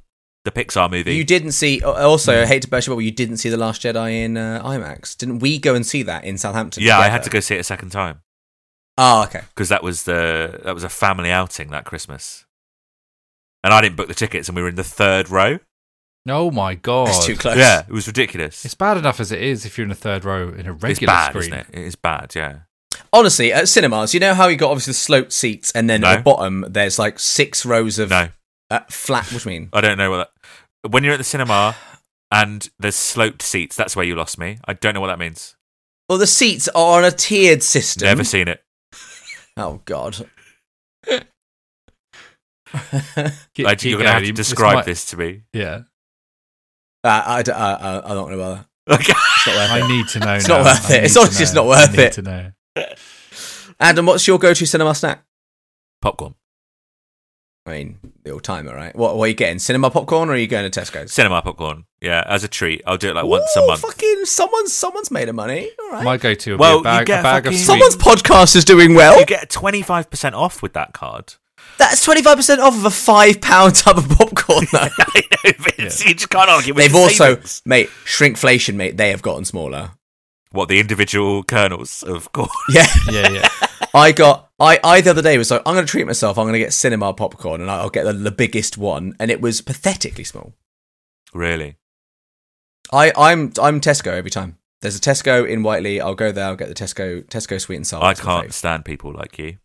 S4: the Pixar movie.
S3: you didn't see. Also, I hate to burst your bubble, you didn't see the Last Jedi in uh, IMAX, didn't we? Go and see that in Southampton.
S4: yeah, I
S3: together?
S4: had to go see it a second time
S3: Oh, okay.
S4: because that was the that was a family outing that Christmas. And I didn't book the tickets and we were in the third row.
S1: Oh my god,
S3: That's too close.
S4: Yeah, it was ridiculous.
S1: It's bad enough as it is if you're in the third row in a regular
S4: it's bad,
S1: screen.
S4: isn't it? It is bad, yeah.
S3: Honestly, at cinemas, you know how you got obviously the sloped seats, and then
S4: No.
S3: at the bottom there's like six rows of
S4: No,
S3: uh, flat. What do you mean?
S4: I don't know what that. When you're at the cinema and there's sloped seats, that's where you lost me. I don't know what that means.
S3: Well, the seats are on a tiered system.
S4: Never seen it.
S3: Oh God.
S1: Keep-
S4: Like,
S1: keep
S4: you're going to have
S1: going.
S4: to
S1: This
S4: describe
S1: might-
S4: this to me.
S1: Yeah,
S3: Uh, I, d- uh, uh, I'm not gonna bother.
S4: Okay.
S3: It's not worth
S1: I
S3: it.
S1: need to know.
S3: It's not
S1: now.
S3: worth
S1: I
S3: it. It's
S1: need to
S3: honestly just
S1: know.
S3: not worth
S1: I need
S3: it.
S1: To know.
S3: Adam, what's your go-to cinema snack?
S4: Popcorn.
S3: I mean, the old timer, right? What, what are you getting? Cinema popcorn, or are you going to Tesco's?
S4: Cinema popcorn. Yeah, as a treat. I'll do it like once a
S3: Ooh,
S4: month.
S3: Fucking someone, someone's made a money. All right.
S1: My go-to would
S4: Well,
S1: be
S4: you
S1: a bag,
S4: get
S1: a bag of
S4: fucking-
S1: sweet.
S3: Someone's podcast is doing well.
S4: You get 25% off with that card.
S3: That's twenty five percent off of a five pound tub of popcorn. Though.
S4: I know, but it's- you just can't argue with
S3: They've
S4: the
S3: also,
S4: savings.
S3: mate, shrinkflation, mate. They have gotten smaller.
S4: What, the individual kernels, of course.
S3: Yeah,
S1: yeah, yeah.
S3: I got. I, I the other day was like, I'm going to treat myself. I'm going to get cinema popcorn, and I'll get the, the biggest one, and it was pathetically small.
S4: Really?
S3: I I'm I'm Tesco every time. There's a Tesco in Whiteley. I'll go there. I'll get the Tesco Tesco sweet and sour.
S4: I
S3: It's my
S4: can't
S3: favourite.
S4: stand people like you.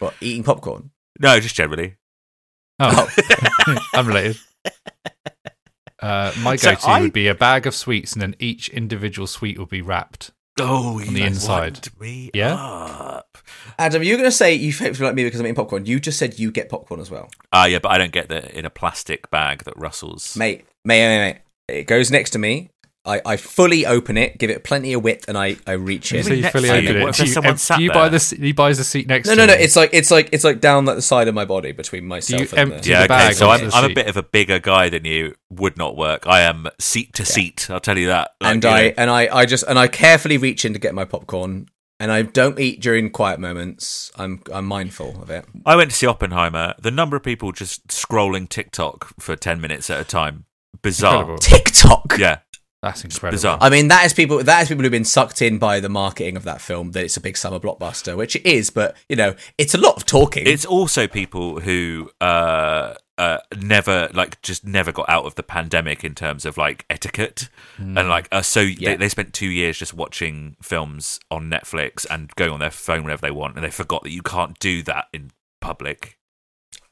S3: But eating popcorn.
S4: No, just generally.
S1: Oh, unrelated. Uh, my
S4: So
S1: go-to
S4: I-
S1: would be a bag of sweets, and then each individual sweet would be wrapped.
S4: Oh, you
S1: the inside.
S4: wound me
S1: Yeah?
S4: up.
S3: Adam, you're going to say you hopefully like me because I'm eating popcorn. You just said you get popcorn as well,
S4: Ah, yeah, but I don't get that in a plastic bag that rustles.
S3: mate. Mate, mate, mate. It goes next to me. I, I fully open it, give it plenty of width, and I, I reach
S1: You
S3: it.
S4: Is
S1: say you
S4: next
S1: fully
S4: to you?
S1: open
S4: What
S1: it.
S4: if
S1: Do
S4: there's
S1: you,
S4: someone
S1: em-
S4: sat
S1: do you buy
S4: there?
S1: the se- you buys the seat next
S3: No,
S1: to
S3: no, no.
S1: you?
S3: It's like it's like it's like down like the side of my body between myself.
S1: you
S3: and
S1: empty
S3: the,
S1: the
S4: Yeah, okay.
S1: bag
S4: So
S1: onto
S4: I'm,
S1: the
S4: I'm a
S1: seat.
S4: bit of a bigger guy than you. Would not work. I am seat to seat. I'll tell you that. Like,
S3: and
S4: you
S3: I
S4: know,
S3: and I I just and I carefully reach in to get my popcorn, and I don't eat during quiet moments. I'm I'm mindful of it.
S4: I went to see Oppenheimer. The number of people just scrolling TikTok for ten minutes at a time, bizarre.
S1: Incredible.
S3: TikTok.
S4: Yeah,
S1: That's incredible.
S4: bizarre.
S3: I mean, that is people. That is people who've been sucked in by the marketing of that film. That it's a big summer blockbuster, which it is. But you know, it's a lot of talking.
S4: It's also people who uh, uh, never, like, just never got out of the pandemic in terms of like etiquette, and like, uh, so
S3: Hmm. Yeah.
S4: they, they spent two years just watching films on Netflix and going on their phone whenever they want, and they forgot that you can't do that in public.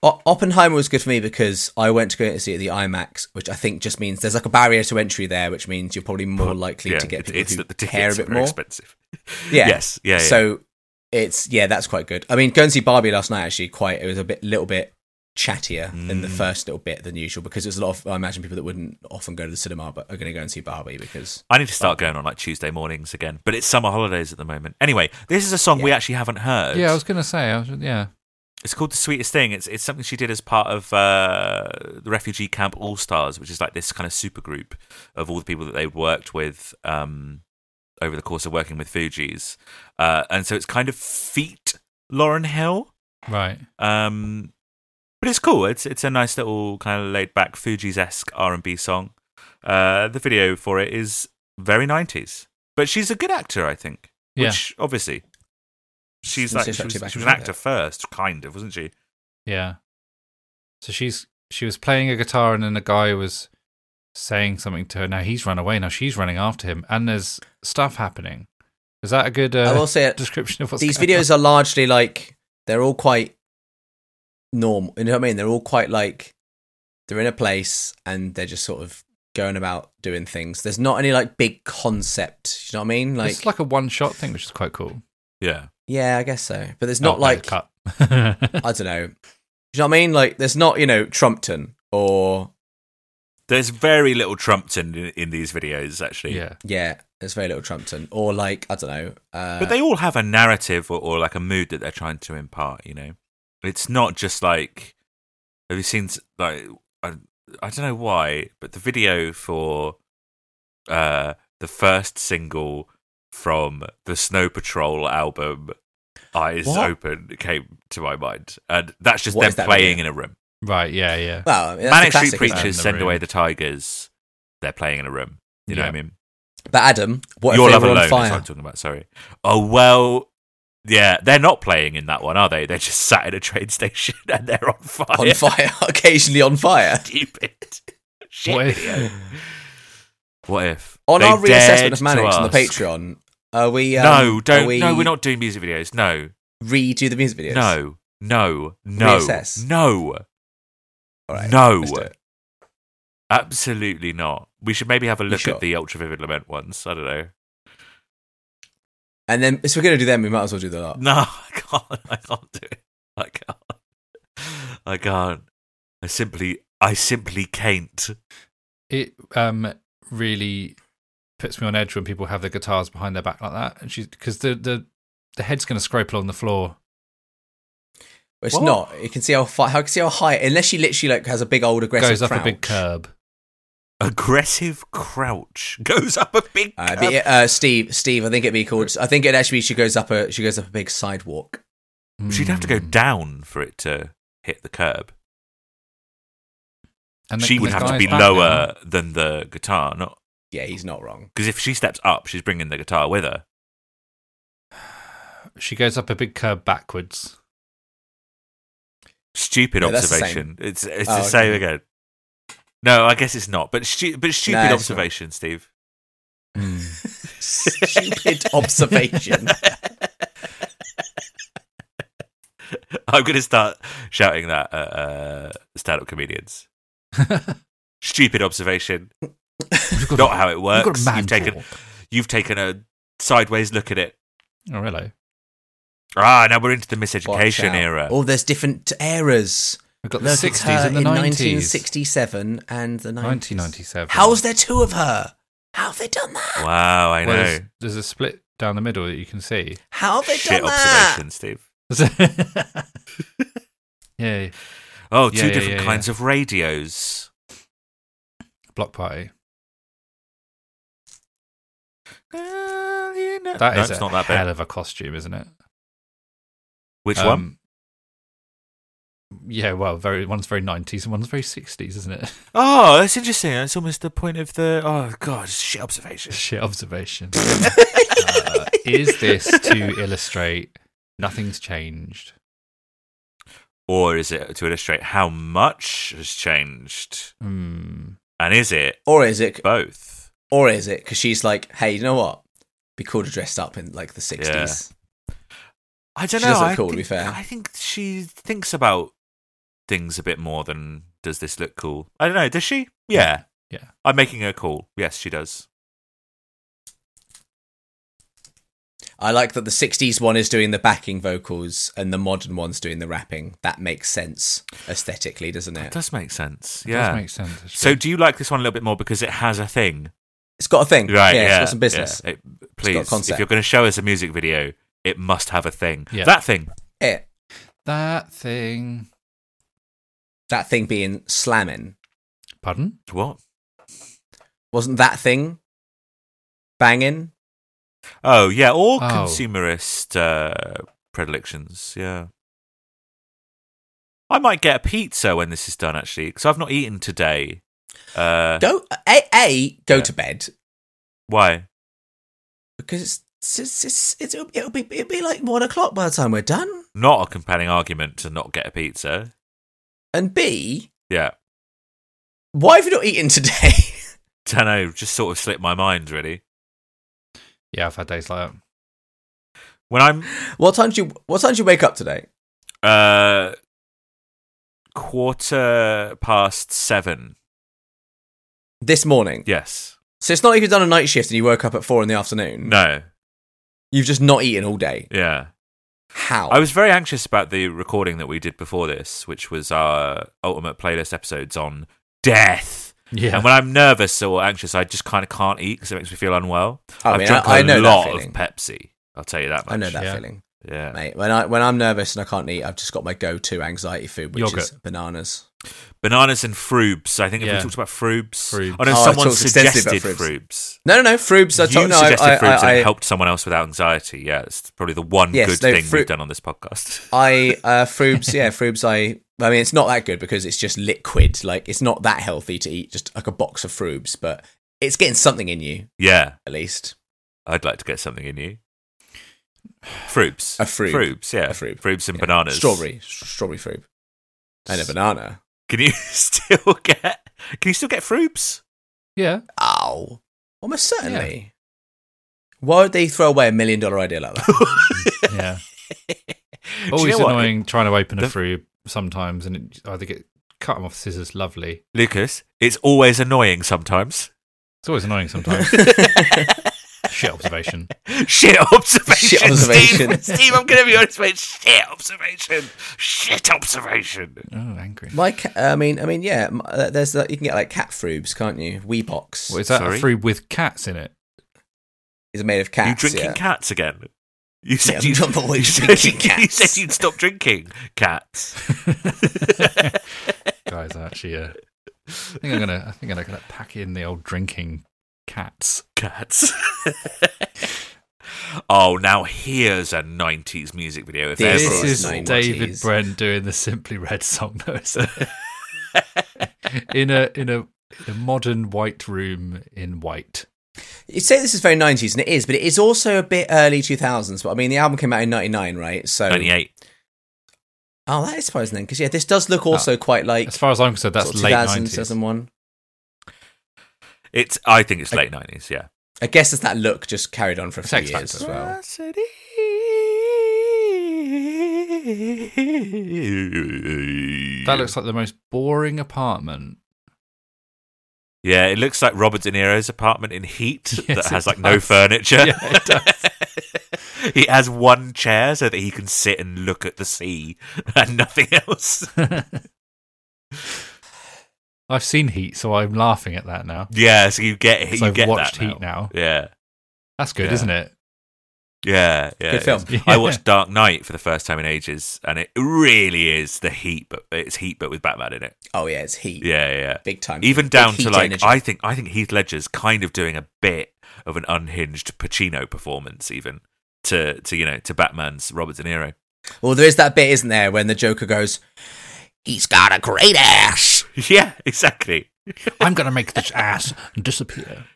S3: O- Oppenheimer was good for me because I went to go and see it at the IMAX, which I think just means there's like a barrier to entry there, which means you're probably more likely
S4: yeah,
S3: to get
S4: it's-
S3: people
S4: it's
S3: who
S4: that the
S3: care a
S4: tickets
S3: bit
S4: are
S3: more.
S4: expensive.
S3: Yeah.
S4: Yes. Yeah. yeah.
S3: So it's yeah, that's quite good. I mean, go and see Barbie last night. Actually, quite it was a bit little bit chattier than the
S4: Mm.
S3: first little bit than usual because there's a lot of I imagine people that wouldn't often go to the cinema but are going to go and see Barbie because
S4: I need to start going on like Tuesday mornings again, but it's summer holidays at the moment. Anyway, this is a song we
S3: Yeah.
S4: actually haven't heard.
S1: Yeah, I was gonna say. I was, yeah,
S4: it's called "The Sweetest Thing." It's it's something she did as part of uh, the Refugee Camp All Stars, which is like this kind of super group of all the people that they worked with um, over the course of working with Fugees, uh, and so it's kind of feat Lauren Hill,
S1: right.
S4: um, but it's cool. It's it's a nice little kind of laid back Fugees esque R and B song. Uh, the video for it is very nineties, but she's a good actor, I think.
S1: Yeah.
S4: Which obviously. She's
S3: She's
S4: like
S3: just
S4: she
S3: actually
S4: was,
S3: back
S4: she
S3: in
S4: was an
S3: the day.
S4: actor first, kind of, wasn't she?
S1: Yeah. So she's she was playing a guitar, and then a guy was saying something to her. Now he's run away. Now she's running after him, and there's stuff happening. Is that a good
S3: I
S1: uh,
S3: will say it.
S1: description of what's
S3: these
S1: going
S3: videos are largely like they're all quite normal. You know what I mean? They're all quite like they're in a place and they're just sort of going about doing things. There's not any like big concept. You know what I mean?
S1: on?
S3: Like,
S1: it's like a one shot thing, which is quite cool.
S4: Yeah.
S3: yeah, I guess so. But there's
S1: Oh,
S3: not
S1: no,
S3: like
S1: cut.
S3: I don't know. You know what I mean? Like there's not you know Trumpton or
S4: There's very little Trumpton in, in these videos, actually.
S1: yeah,
S3: yeah. There's very little Trumpton or like I don't know. Uh,
S4: But they all have a narrative or, or like a mood that they're trying to impart, you know? It's not just like. Have you seen, s- like, I, I don't know why, but the video for uh, the first single from the Snow Patrol album, Eyes
S3: What?
S4: Open, came to my mind. And that's just
S3: What
S4: them
S3: is that
S4: playing
S3: video?
S4: in a room.
S1: right, yeah, yeah.
S3: well, I mean, that's the
S4: Manic
S3: classic,
S4: Street
S3: isn't it?
S1: Preachers In
S4: Preachers
S1: the
S4: send
S1: room.
S4: away the tigers. They're playing in a room. You know
S1: Yeah.
S4: what I mean?
S3: But Adam, what
S4: Your
S3: if
S4: Love
S3: they were on
S4: Alone. That's what
S3: fire?
S4: I'm talking about. Sorry. Oh well. Yeah, they're not playing in that one, are they? They're just sat in a train station and they're on fire.
S3: On fire, occasionally on fire.
S4: Stupid. Shit.
S1: What
S4: What
S1: if-
S4: if? What if?
S3: On
S4: they
S3: our reassessment
S4: dared
S3: of
S4: to
S3: Manics on the
S4: ask-
S3: Patreon, are we? Um,
S4: no,
S3: are
S4: don't.
S3: We
S4: No, we're not doing music videos. No,
S3: redo the music videos.
S4: no, no, no,
S3: Reassess.
S4: no,
S3: All right,
S4: no.
S3: let's do it.
S4: Absolutely not. We should maybe have a look
S3: sure?
S4: at the ultra vivid lament ones. I don't know.
S3: And then, if we're going to do them, we might as well do the lot.
S4: No, I can't. I can't do it. I can't. I can't. I simply, I simply can't.
S1: It um really puts me on edge when people have their guitars behind their back like that, and she's because the the the head's going to scrape along the floor.
S3: It's
S4: What?
S3: not. You can see how far, how can see how high. Unless she literally like has a big old aggressive.
S1: goes up a
S3: crouch.
S1: big curb.
S4: Aggressive crouch goes up a big.
S3: Uh,
S4: curb.
S3: but, uh, Steve, Steve, I think it'd be called. I think it actually she goes up a she goes up a big sidewalk.
S4: She'd have to go
S3: Hmm.
S1: Mm.
S4: down for it to hit the curb.
S1: And the-
S4: she
S1: the
S4: would have to
S1: guy's
S4: be
S1: back there.
S4: lower than the guitar, not
S3: Yeah, he's not wrong.
S4: because if she steps up, she's bringing the guitar with her.
S1: She goes up a big curb backwards.
S4: Stupid
S3: No, that's the same.
S4: observation. It's it's
S3: Oh,
S4: the
S3: okay.
S4: same again. No, I guess it's not. But stu- but stupid
S3: it's not.
S4: observation, Steve.
S1: Mm.
S3: Stupid observation.
S4: I'm going to start shouting that at uh, stand-up comedians. Stupid observation.
S1: You've got
S4: Not
S1: a-
S4: how it
S1: you've got a
S4: works.
S1: man
S4: You've taken
S1: talk.
S4: you've taken a sideways look at it.
S1: Oh, hello.
S4: Ah, now we're into the
S3: Watch
S4: miseducation
S3: out.
S4: era.
S3: Oh, there's different eras.
S1: We've got
S3: Look
S1: the
S3: at her
S1: 60s and the
S3: in
S1: 90s.
S3: 1967 and the 90s.
S1: 1997.
S3: How's there two of her? How have they done that?
S4: Wow, I
S1: Well,
S4: know.
S1: there's, there's a split down the middle that you can see.
S3: How have they
S4: Shit
S3: done that?
S4: observation, Steve.
S1: yeah, Yeah,
S4: Oh, two
S1: yeah,
S4: different
S1: yeah,
S4: kinds of radios.
S1: block party.
S4: That is
S1: That is
S4: it's
S1: a
S4: not that
S1: hell
S4: bad.
S1: of a costume, isn't it?
S4: Which one?
S1: Um, Yeah, well, very one's very 90s and one's very 60s, isn't it?
S4: Oh, that's interesting. That's almost the point of the. Oh God, shit observation.
S1: Shit observation. Uh, is this to illustrate nothing's changed?
S4: Or is it to illustrate how much has changed?
S1: Hmm.
S4: And is it
S3: Or is it?
S4: both?
S3: Or is it? Because she's like, hey, you know what? Be cool to dress up in like the 60s.
S4: I don't
S3: She
S4: know.
S3: does look
S4: I
S3: cool, to be
S4: think,
S3: fair.
S4: I think she thinks about things a bit more than does this look cool. I don't know. Does she? Yeah.
S1: Yeah.
S4: I'm making her cool. Yes, she does.
S3: I like that the 60s one is doing the backing vocals and the modern one's doing the rapping. That makes sense aesthetically, doesn't
S4: That
S3: it?
S4: does make sense.
S1: It does
S4: Yeah.
S1: make sense. actually.
S4: So, do you like this one a little bit more because it has a thing?
S3: It's got a thing.
S4: Right, yeah,
S3: it's got some business.
S4: yeah. It- please,
S3: concept.
S4: if you're going to show us a music video, it must have a thing.
S1: Yeah.
S4: That thing.
S3: It,
S1: that thing.
S3: that thing being slamming.
S1: Pardon?
S4: What?
S3: Wasn't that thing banging?
S4: Oh, yeah, all
S1: Oh.
S4: consumerist uh, predilections. Yeah. I might get a pizza when this is done, actually, because I've not eaten today. Uh,
S3: Go, A, a go
S4: Yeah.
S3: to bed
S4: why?
S3: because it's. It's, it's, it's, it'll, it'll, be, it'll be like one o'clock by the time we're done.
S4: Not a compelling argument to not get a pizza.
S3: And B,
S4: Yeah.
S3: why have you not eaten today?
S4: don't know, just sort of slipped my mind really.
S1: Yeah, I've had days like that.
S4: When I'm
S3: What time do you What time do you wake up today?
S4: uh quarter past seven,
S3: This morning.
S4: yes,
S3: So it's not like you've done a night shift and you woke up at four in the afternoon.
S4: no,
S3: You've just not eaten all day.
S4: yeah.
S3: How?
S4: I was very anxious about the recording that we did before this, which was our ultimate playlist episodes on death.
S1: Yeah.
S4: And when I'm nervous or anxious, I just kind of can't eat because it makes me feel unwell.
S3: I
S4: I've
S3: mean,
S4: drunk
S3: Oh, I- I
S4: a
S3: know that
S4: lot of
S3: feeling.
S4: Pepsi. I'll tell you that much.
S3: I know that
S1: Yeah.
S3: feeling,
S4: Yeah.
S3: mate. When I when I'm nervous and I can't eat, I've just got my go-to anxiety food, which is
S1: Yogurt.
S3: bananas.
S4: Bananas and Froobs. I think if
S1: Yeah.
S4: we talked about Froobs.
S1: Froobs.
S4: I know
S3: Oh, I
S4: someone
S3: talked extensively
S4: suggested
S3: about
S4: Froobs.
S3: No, no, no. Froobs. I
S4: you
S3: told no. I,
S4: suggested
S3: I,
S4: Froobs
S3: I,
S4: and
S3: I,
S4: helped someone else with anxiety. Yeah, it's probably the one
S3: Yes,
S4: good
S3: no,
S4: thing
S3: Froo-
S4: we've done on this podcast.
S3: I uh Froobs, yeah, Froobs I I mean it's not that good because it's just liquid. Like it's not that healthy to eat just like a box of Froobs, but it's getting something in you,
S4: Yeah,
S3: at least.
S4: I'd like to get something in you. Froobs.
S3: A Froob.
S4: Froobs, yeah.
S3: A Froob.
S4: Froobs and
S3: Yeah.
S4: bananas.
S3: Strawberry. s- Strawberry Froob. And a banana.
S4: Can you still get Can you still get Froobs?
S1: Yeah.
S3: Ow. Almost certainly. Why would they throw away a million dollar idea like that?
S1: Yeah.
S4: Do you
S1: Always
S4: know what?
S1: annoying trying to open a
S4: The-
S1: fruit sometimes and it either get cut off scissors lovely.
S4: Lucas, it's always annoying sometimes.
S1: It's always annoying sometimes. Shit observation.
S4: Shit observation.
S3: Shit observation.
S4: Steve, Steve I'm going to be honest, mate. Shit observation. Shit observation.
S1: Oh, angry.
S3: My ca- I mean I mean yeah, m- uh, there's uh, you can get like cat Froobs, can't you? Weebox
S1: What is that?
S4: Sorry?
S1: A fruit with cats in it?
S3: is made of
S4: you
S3: cats.
S4: drinking
S3: yeah.
S4: cats again? You
S3: Yeah,
S4: said
S3: I'm
S4: you
S3: not
S4: you
S3: always
S4: said-
S3: drinking
S4: You
S3: cats.
S4: said you'd stop drinking cats.
S1: Guys, actually, uh, I think I'm gonna. I think I'm gonna pack in the old drinking cats.
S4: cats. oh, now here's a '90s music video. If
S3: This
S4: ever.
S1: This
S3: Everyone's
S1: is
S3: nineties.
S1: David Brent doing the Simply Red song, though. isn't it? in a in a, in a modern white room in white.
S3: You say this is very 90s, and it is, but it is also a bit early 2000s. But I mean, the album came out in 99, right? So.
S4: '98.
S3: Oh, that is surprising then, because yeah, this does look also quite like
S1: As far as I'm concerned, that's
S3: sort of
S1: late
S3: 2000,
S1: nineties.
S3: 2001.
S4: It's. I think it's late '90s. Yeah.
S3: I guess it's that look just carried on for a few
S1: Sex
S3: years
S1: Factor.
S3: as well.
S1: That looks like the most boring apartment.
S4: Yeah, it looks like Robert De Niro's apartment in Heat
S1: Yes,
S4: that has
S1: it
S4: like no
S1: does.
S4: furniture.
S1: Yeah, it
S4: he has one chair so that he can sit and look at the sea and nothing else.
S1: I've seen Heat, so I'm laughing at that now.
S4: yeah, so you get you
S1: So I've
S4: get
S1: watched
S4: that
S1: Heat now.
S4: Yeah,
S1: That's good,
S4: Yeah.
S1: isn't it?
S4: yeah, yeah.
S3: Good
S4: it
S3: film.
S4: is. I watched Dark Knight for the first time in ages, and it really is the Heat, but it's Heat, but with Batman in it.
S3: Oh, yeah, it's heat.
S4: Yeah, yeah.
S3: Big time.
S4: Even
S3: Big
S4: down
S3: heat
S4: to like,
S3: energy.
S4: I think I think Heath Ledger's kind of doing a bit of an unhinged Pacino performance, even to to you know to Batman's Robert De Niro.
S3: Well, there is that bit, isn't there, when the Joker goes, He's got a great ass.
S4: Yeah, exactly.
S1: I'm gonna make this ass disappear.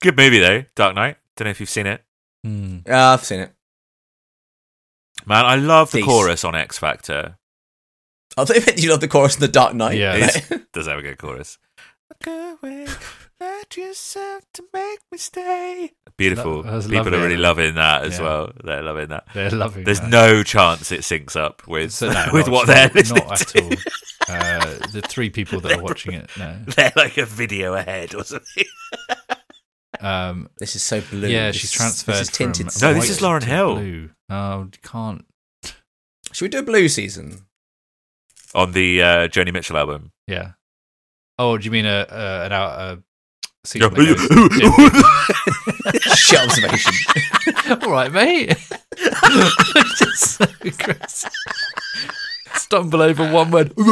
S4: Good movie though, Dark Knight. Don't know if you've seen it,
S1: Hmm.
S3: Uh, I've seen it.
S4: man. I love the
S3: Decent.
S4: chorus on X Factor.
S3: I thought you meant you love the chorus in The Dark Knight.
S1: Yeah.
S4: It's- Does have a good chorus. Let yourself to make me stay. Beautiful.
S1: That- that's
S4: People
S1: lovely.
S4: are really loving that as
S1: Yeah.
S4: well. They're loving that.
S1: They're loving.
S4: There's
S1: that.
S4: no chance it syncs up with
S1: So, no,
S4: with
S1: not-
S4: what they're
S1: not,
S4: listening
S1: not
S4: to.
S1: at all. Uh, the three people that are watching it. No.
S4: They're like a video ahead or something.
S1: Um,
S3: This is so blue.
S1: yeah,
S3: This
S1: she's
S3: is-
S1: transferred.
S3: This is tinted.
S1: From
S4: No, this
S1: white
S4: is Lauren
S1: to
S4: Hill.
S1: Blue. No, you can't.
S3: Should we do a blue season?
S4: On the uh, Joni Mitchell album.
S1: Yeah. Oh, do you mean a, a an out uh, a season that
S4: Yeah.
S3: Shit observation.
S1: goes- All right, mate. Just so aggressive. Stumble over one word.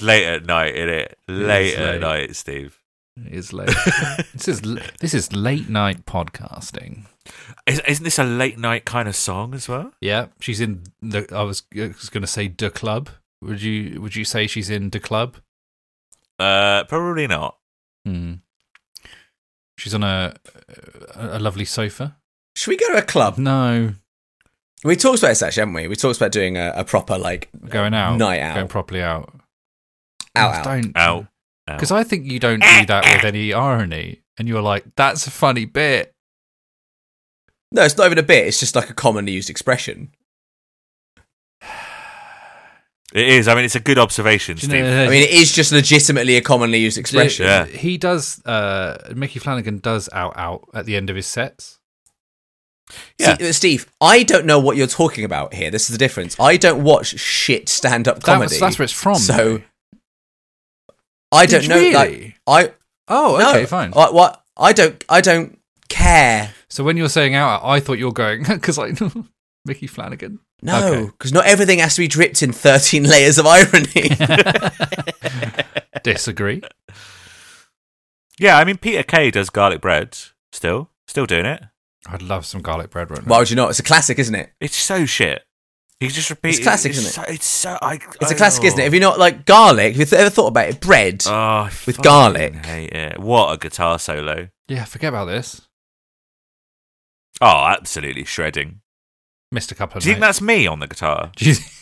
S4: late at night, innit? Late
S1: Yes,
S4: at
S1: mate.
S4: night, Steve.
S1: It's late. this is l- this is late night podcasting.
S4: Is, isn't this a late night kind of song as well?
S1: Yeah, she's in the. I was, I was going to say the club. Would you Would you say she's in the club?
S4: Uh, probably not.
S1: Hmm. She's on a a a lovely sofa.
S3: Should we go to a club?
S1: No,
S3: We talked about this actually, haven't we? We talked about doing a, a proper like
S1: Going out,
S3: Night out.
S1: going properly out.
S3: out out.
S1: Don't
S4: Out.
S1: because I think you don't do that with any irony, and you're like, "That's a funny bit."
S3: No, it's not even a bit. It's just like a commonly used expression.
S4: It is. I mean, it's a good observation,
S1: Do you
S4: Steve.
S1: know-
S3: I mean, it is just legitimately a commonly used expression.
S4: Yeah.
S1: He does. Uh, Mickey Flanagan does out out at the end of his sets.
S4: Yeah.
S3: See, uh, Steve, I don't know what you're talking about here. This is the difference. I don't watch shit stand-up
S1: That
S3: comedy.
S1: was- that's where it's from.
S3: So
S1: though.
S3: I
S1: Did
S3: don't
S1: you
S3: know.
S1: really?
S3: Like, I
S1: oh,
S3: no,
S1: okay, fine.
S3: I, what I don't I don't care.
S1: so when you're saying out, out, I thought you were going because like Mickey Flanagan.
S3: No,
S1: Okay.
S3: because not everything has to be dripped in thirteen layers of irony.
S1: Disagree.
S4: yeah, I mean, Peter Kay does garlic bread still, still doing it.
S1: I'd love some garlic bread right now.
S3: Why would you not? It's a classic, isn't it?
S4: It's so shit. He just repeats.
S3: classic, isn't it?
S4: So, it's so. I,
S3: It's a classic, isn't it? Have you not like garlic? Have you ever thought about it? Bread.
S4: oh, I
S3: With
S4: fucking
S3: garlic.
S4: Hate it. What a guitar solo!
S1: yeah, forget about this.
S4: Oh, absolutely shredding.
S1: Missed a couple of.
S4: Do you think
S1: notes.
S4: that's me on the guitar?
S1: Do you think-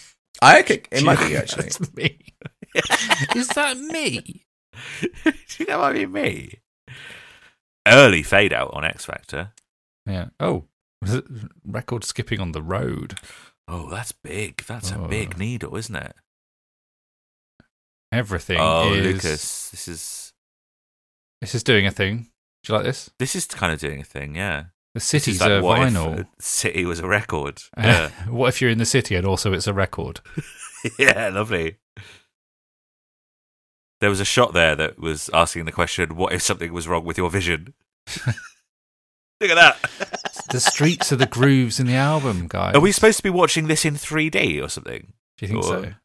S3: I could, it
S1: do
S3: might
S1: you
S3: be
S1: think
S3: actually.
S1: that's me? Is that me?
S4: Do you think that might be me? Early fade out on X Factor.
S1: Yeah. Oh, was it record skipping on the road?
S4: Oh, that's big. That's
S1: Oh.
S4: a big needle, isn't it?
S1: Everything.
S4: Oh,
S1: is-
S4: Lucas, this is
S1: This is doing a thing. Do you like this?
S4: this is kind of doing a thing, yeah.
S1: The
S4: This is
S1: city's
S4: like
S1: a
S4: what if,
S1: vinyl.
S4: uh, City was a record.
S1: Uh,
S4: Yeah,
S1: what if you're in the city and also it's a record?
S4: yeah, lovely. There was a shot there that was asking the question, "What if something was wrong with your vision?" Look at that.
S1: The streets are the grooves in the album, guys.
S4: Are we supposed to be watching this in 3D or something?
S1: Do you think so?
S4: or-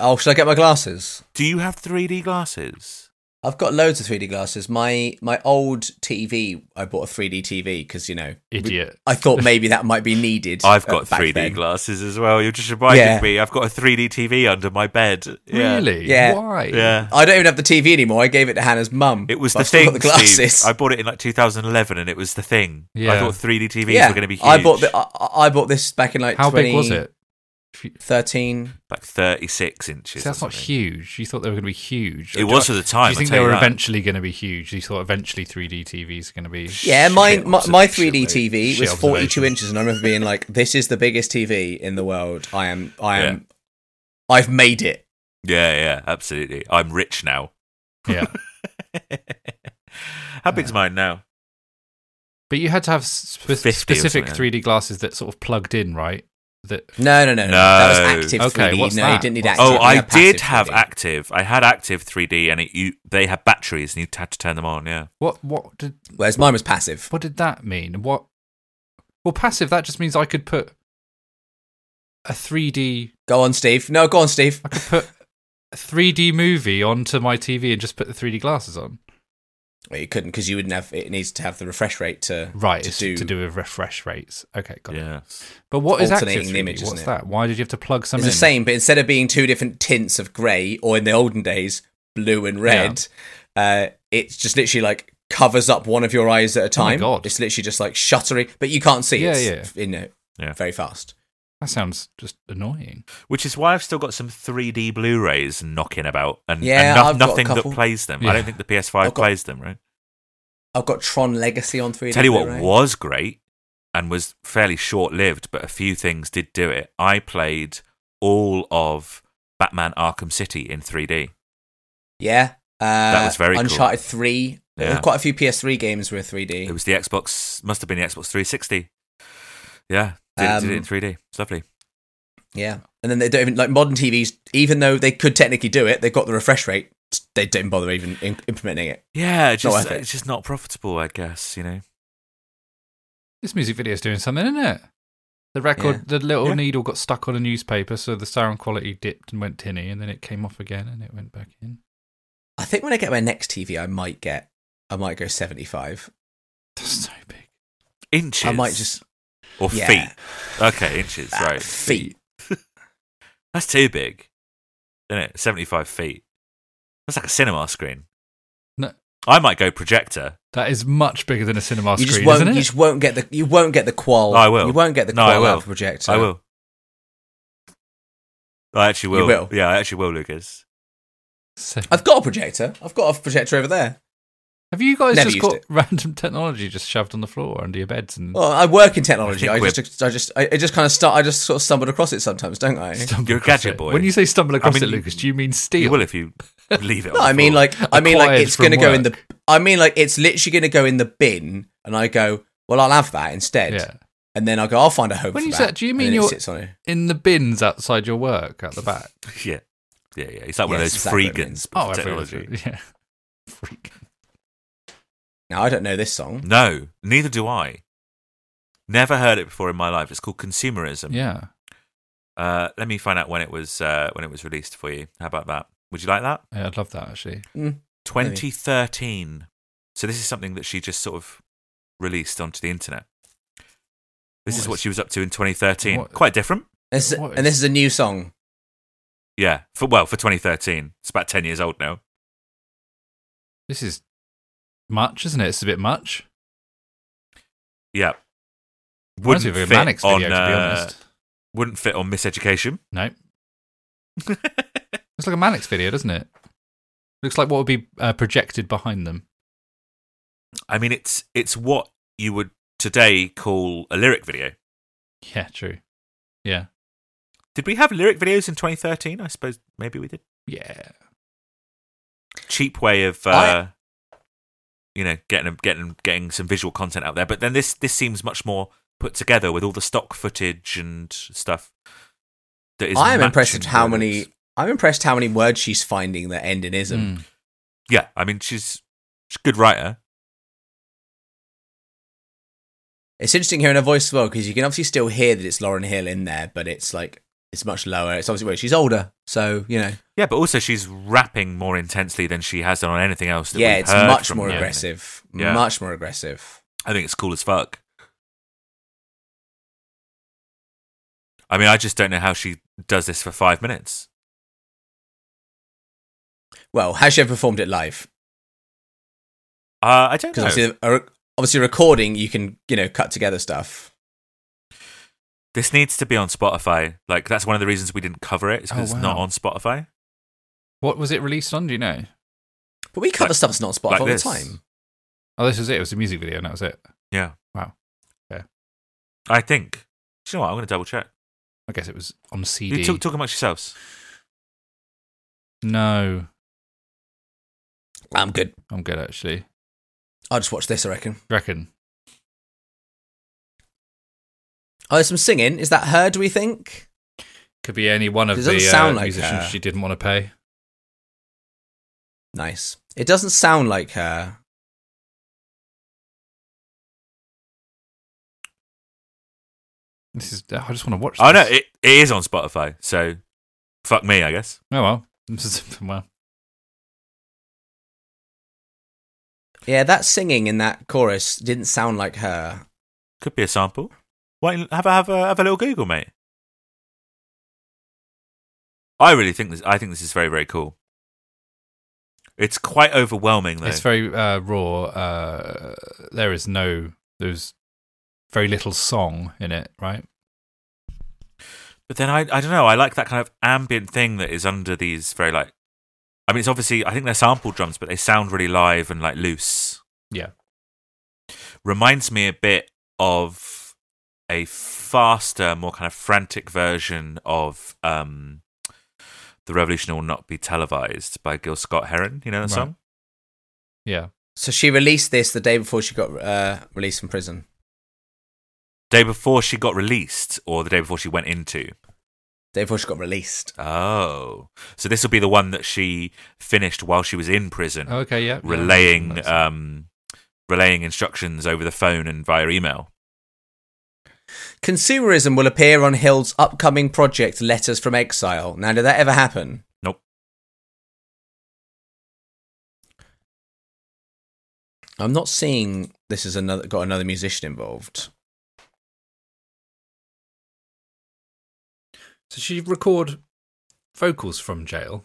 S3: Oh, should I get my glasses?
S4: Do you have 3D glasses?
S3: I've got loads of 3D glasses. My my old TV, I bought a 3D TV because you know,
S1: Idiot.
S3: I thought maybe that might be needed.
S4: I've
S3: uh,
S4: got
S3: back
S4: 3D
S3: then.
S4: glasses as well. You're just reminding
S3: Yeah.
S4: me. I've got a 3D TV under my bed. Yeah.
S1: Really?
S3: Yeah.
S1: Why?
S4: Yeah.
S3: I don't even have the TV anymore. I gave it to Hannah's mum.
S4: It was
S3: but
S4: the
S3: I've still
S4: thing.
S3: got the glasses.
S4: Steve. I bought it in like 2011, and it was the thing. I
S1: Yeah.
S4: thought 3D TVs
S3: yeah,
S4: were going to be huge.
S3: I bought the, I, I- I bought this back in like
S1: How big was it? If you-
S3: 13.
S4: like 36 inches.
S1: See, that's
S4: or
S1: not
S4: something.
S1: huge. You thought they were going to be huge.
S4: It
S1: Or do
S4: was
S1: I-
S4: for the time,
S1: Do you think
S4: I'll
S1: they
S4: tell
S1: were
S4: you that.
S1: eventually going to be huge? You thought eventually 3D TVs are going to be.
S3: Yeah, my,
S4: Shit
S3: my, my 3D
S4: observation, mate.
S3: TV
S1: Shit
S3: was 42
S1: observation.
S3: inches, and I remember being like, "This is the biggest TV in the world. I am, I am,
S4: Yeah.
S3: I've made it."
S4: Yeah, yeah, absolutely. I'm rich now.
S1: Yeah.
S4: How
S3: Uh,
S4: big's mine now?
S1: But you had to have spe-
S4: 50 or
S1: specific
S4: something.
S1: 3D glasses that sort of plugged in, right? That
S3: No, no, no, no. That
S4: No.
S3: was active
S1: Okay,
S3: 3D.
S1: what's
S3: no, you
S1: that?
S3: didn't need
S1: What's
S3: active.
S1: Actually,
S4: oh,
S3: you
S4: I
S3: had passive
S4: did have
S3: 3D.
S4: active. I had active 3D, and it, you they had batteries, and you had to turn them on. Yeah.
S1: what what did
S3: Whereas mine was passive.
S1: what did that mean? What? Well, passive. That just means I could put a 3D.
S3: Go on, Steve. No, go on, Steve.
S1: I could put a 3D movie onto my TV and just put the 3D glasses on.
S3: Well, you couldn't because you wouldn't have. It needs to have the refresh rate to
S1: Right,
S3: to
S1: it's
S3: do.
S1: to do with refresh rates. Okay, got it.
S4: Yeah.
S1: But what is active
S3: Alternating
S1: 3D?
S3: the image, isn't
S1: What's
S3: it?
S1: that? Why did you have to plug some
S3: It's
S1: in?
S3: the same, but instead of being two different tints of grey, or in the olden days, blue and red, uh, it's just literally like covers up one of your eyes at a
S1: Oh my
S3: time.
S1: God.
S3: It's literally just like shuttering, but you can't see.
S1: Yeah,
S3: it's, You know,
S4: Yeah.
S3: very fast.
S1: That sounds just annoying.
S4: Which is why I've still got some 3D Blu-rays knocking about, and,
S3: Yeah,
S4: and no-
S3: I've got a
S4: nothing that
S3: couple.
S4: plays them.
S1: Yeah.
S4: I don't think the PS5
S3: I've got-
S4: plays them. Right.
S3: I've got Tron Legacy on 3D.
S4: Tell you what
S3: Blu-ray.
S4: was great and was fairly short lived, but a few things did do it. I played all of Batman Arkham City in 3D.
S3: Yeah. Uh, that
S4: was very cool.
S3: Uncharted 3. There were
S4: Yeah.
S3: Quite a few PS3 games were 3D.
S4: It was the Xbox, must have been the Xbox 360. Yeah, did, it- did it in
S3: Um,
S4: 3D. It's lovely.
S3: yeah. And then they don't even, like modern TVs, even though they could technically do it, they've got the refresh rate, they didn't bother even im implementing it.
S4: Yeah, it's
S3: not
S4: just,
S3: worth it.
S4: it's just not profitable, I guess, you know.
S1: This music video is doing something, isn't it? The record, the little
S4: Yeah.
S1: needle got stuck on a newspaper, so the sound quality dipped and went tinny, and then it came off again and it went back in.
S3: I think when I get my next TV, I might get, I might go 75.
S1: That's so big.
S4: Inches.
S3: I might just,
S4: Or
S3: yeah.
S4: feet. Okay, inches,
S3: Ah,
S4: right.
S3: feet.
S4: That's too big, isn't it? 75 feet. That's like a cinema screen.
S1: No.
S4: I might go projector.
S1: That is much bigger than a cinema
S3: You just
S1: screen,
S3: won't.
S1: isn't
S3: You
S1: it?
S3: just won't get the. You won't get the qual.
S4: I will.
S3: Oh, You won't get the
S4: No,
S3: qual
S4: I will.
S3: out of a projector.
S4: I will. I actually will.
S3: You will?
S4: Yeah, I actually will, Lucas.
S1: So-
S3: I've got a projector. I've got a projector over there.
S1: have you guys
S3: Never
S1: just
S3: used
S1: got
S3: it.
S1: random technology just shoved on the floor under your beds and
S3: Well, I work in
S4: I
S3: technology. I,
S4: think
S3: just, I just, I I just kind of start. I just sort of stumbled across it sometimes, don't I?
S1: stumbled
S4: You're a
S1: across
S4: gadget
S1: it?
S4: boy.
S1: When you say stumble across
S4: mean,
S1: it, Lucas, do you mean steal?
S4: You will if you leave
S3: No,
S4: it. on the
S3: I mean
S4: floor.
S3: like I mean like
S1: Acquired
S3: it's going to
S1: from
S3: go in the. I mean like it's literally going to go in the bin, and I go, well, I'll have that instead,
S1: Yeah.
S3: and then I go, I'll find a home.
S1: When
S3: for
S1: you
S3: that.
S1: said- do you
S3: And
S1: mean
S3: then it
S1: you're-
S3: sits on it?
S1: In the bins outside your work at the back.
S4: yeah, yeah, yeah. It's like one of
S3: Yes,
S4: those
S3: exactly
S4: free
S3: what it means.
S4: guns.
S1: Oh,
S4: technology.
S1: everyone's. Yeah. Freak.
S3: Now I don't know this song.
S4: No, neither do I. Never heard it before in my life. It's called consumerism.
S1: Yeah.
S4: Uh, let me find out when it was uh, when it was released for you. How about that? Would you like that?
S1: yeah. I'd love that actually.
S4: 2013. So this is something that she just sort of released onto the internet. This
S1: What
S4: is what
S1: is-
S4: she was up to in 2013.
S1: what-
S4: Quite different.
S3: This is-
S1: What
S3: and
S1: is-
S3: this is a new song.
S4: Yeah. For well, for 2013. It's about 10 years old now.
S1: This is much, isn't it? It's a bit much.
S4: Yeah.
S1: Reminds me of
S4: Wouldn't
S1: a
S4: fit
S1: Mannix
S4: on,
S1: video, to be
S4: uh,
S1: honest.
S4: wouldn't fit on miseducation.
S1: No. it's like a Mannix video, doesn't it? Looks like what would be uh, projected behind them.
S4: I mean, it's it's what you would today call a lyric video.
S1: Yeah, true. Yeah.
S4: Did we have lyric videos in 2013? I suppose maybe we did.
S1: Yeah.
S4: Cheap way of uh,
S3: I-
S4: you know getting getting getting some visual content out there. But then this this seems much more put together with all the stock footage and stuff. That is
S3: I am
S4: matching
S3: impressed with how
S4: the
S3: many.
S4: lyrics.
S3: I'm impressed how many words she's finding that end in
S4: Hmm.
S3: ism.
S1: Mm.
S4: Yeah, I mean she's she's a good writer.
S3: It's interesting hearing her voice as well because you can obviously still hear that it's Lauren Hill in there, but it's like it's much lower. It's obviously well, she's older, so you know.
S4: Yeah, but also she's rapping more intensely than she has done on anything else. That
S3: yeah,
S4: we've
S3: it's
S4: heard
S3: much
S4: from
S3: more
S4: her.
S3: aggressive.
S4: Yeah.
S3: Much more aggressive.
S4: I think it's cool as fuck. I mean, I just don't know how she does this for five minutes.
S3: Well, has she ever performed it live?
S4: Uh, I don't know.
S3: Because obviously, a, obviously, recording you can you know cut together stuff.
S4: This needs to be on Spotify. Like that's one of the reasons we didn't cover it. Is because
S1: Oh,
S4: it's not
S1: wow.
S4: on Spotify.
S1: What was it released on? Do you know?
S3: But we cover
S4: Like-
S3: stuff that's not on Spotify
S4: like
S3: all
S4: this.
S3: the time.
S1: Oh, this was it. It was a music video, and that was it.
S4: Yeah.
S1: Wow. Yeah.
S4: I think. Do you know what? I'm going to double check.
S1: I guess it was on CD.
S4: You talk, talk amongst yourselves.
S1: no,
S3: I'm good.
S1: I'm good actually.
S3: I'll just watch this. I reckon.
S1: Reckon.
S3: Oh, there's some singing. Is that her? Do we think?
S1: Could be any one of
S3: It
S1: the
S3: doesn't
S1: uh,
S3: sound like
S1: musicians
S3: her.
S1: she didn't want to pay.
S3: Nice. It doesn't sound like her.
S1: This is. I just want to watch.
S4: Oh no,
S1: this.
S4: it, it is on Spotify. So fuck me, I guess.
S1: oh well. This is- well.
S3: Yeah, that singing in that chorus didn't sound like her.
S4: Could be a sample. Why don't you have a have a have a little Google, mate? I really think this. I think this is very very cool. It's quite overwhelming though.
S1: It's very uh, raw. Uh, there is no. There's very little song in it, right?
S4: But then I, I don't know. I like that kind of ambient thing that is under these very like. I mean, it's obviously I think they're sample drums, but they sound really live and like loose.
S1: Yeah.
S4: Reminds me a bit of a faster, more kind of frantic version of um, "The Revolution Will Not Be Televised" by Gil Scott Heron. You know that
S1: Right.
S4: song?
S1: Yeah.
S3: So she released this the day before she got uh, released from prison.
S4: Day before she got released, or the day before she went into.
S3: Day before she got released.
S4: Oh, so this will be the one that she finished while she was in prison.
S1: Oh, Okay. Yeah. yeah.
S4: relaying
S1: That's-
S3: uh,
S4: um, relaying instructions over the phone and via email.
S3: Consumerism will appear on Hill's upcoming project, Letters from Exile. Now, did that ever happen?
S4: Nope.
S3: I'm not seeing this is another got another musician involved.
S1: So she record vocals from jail.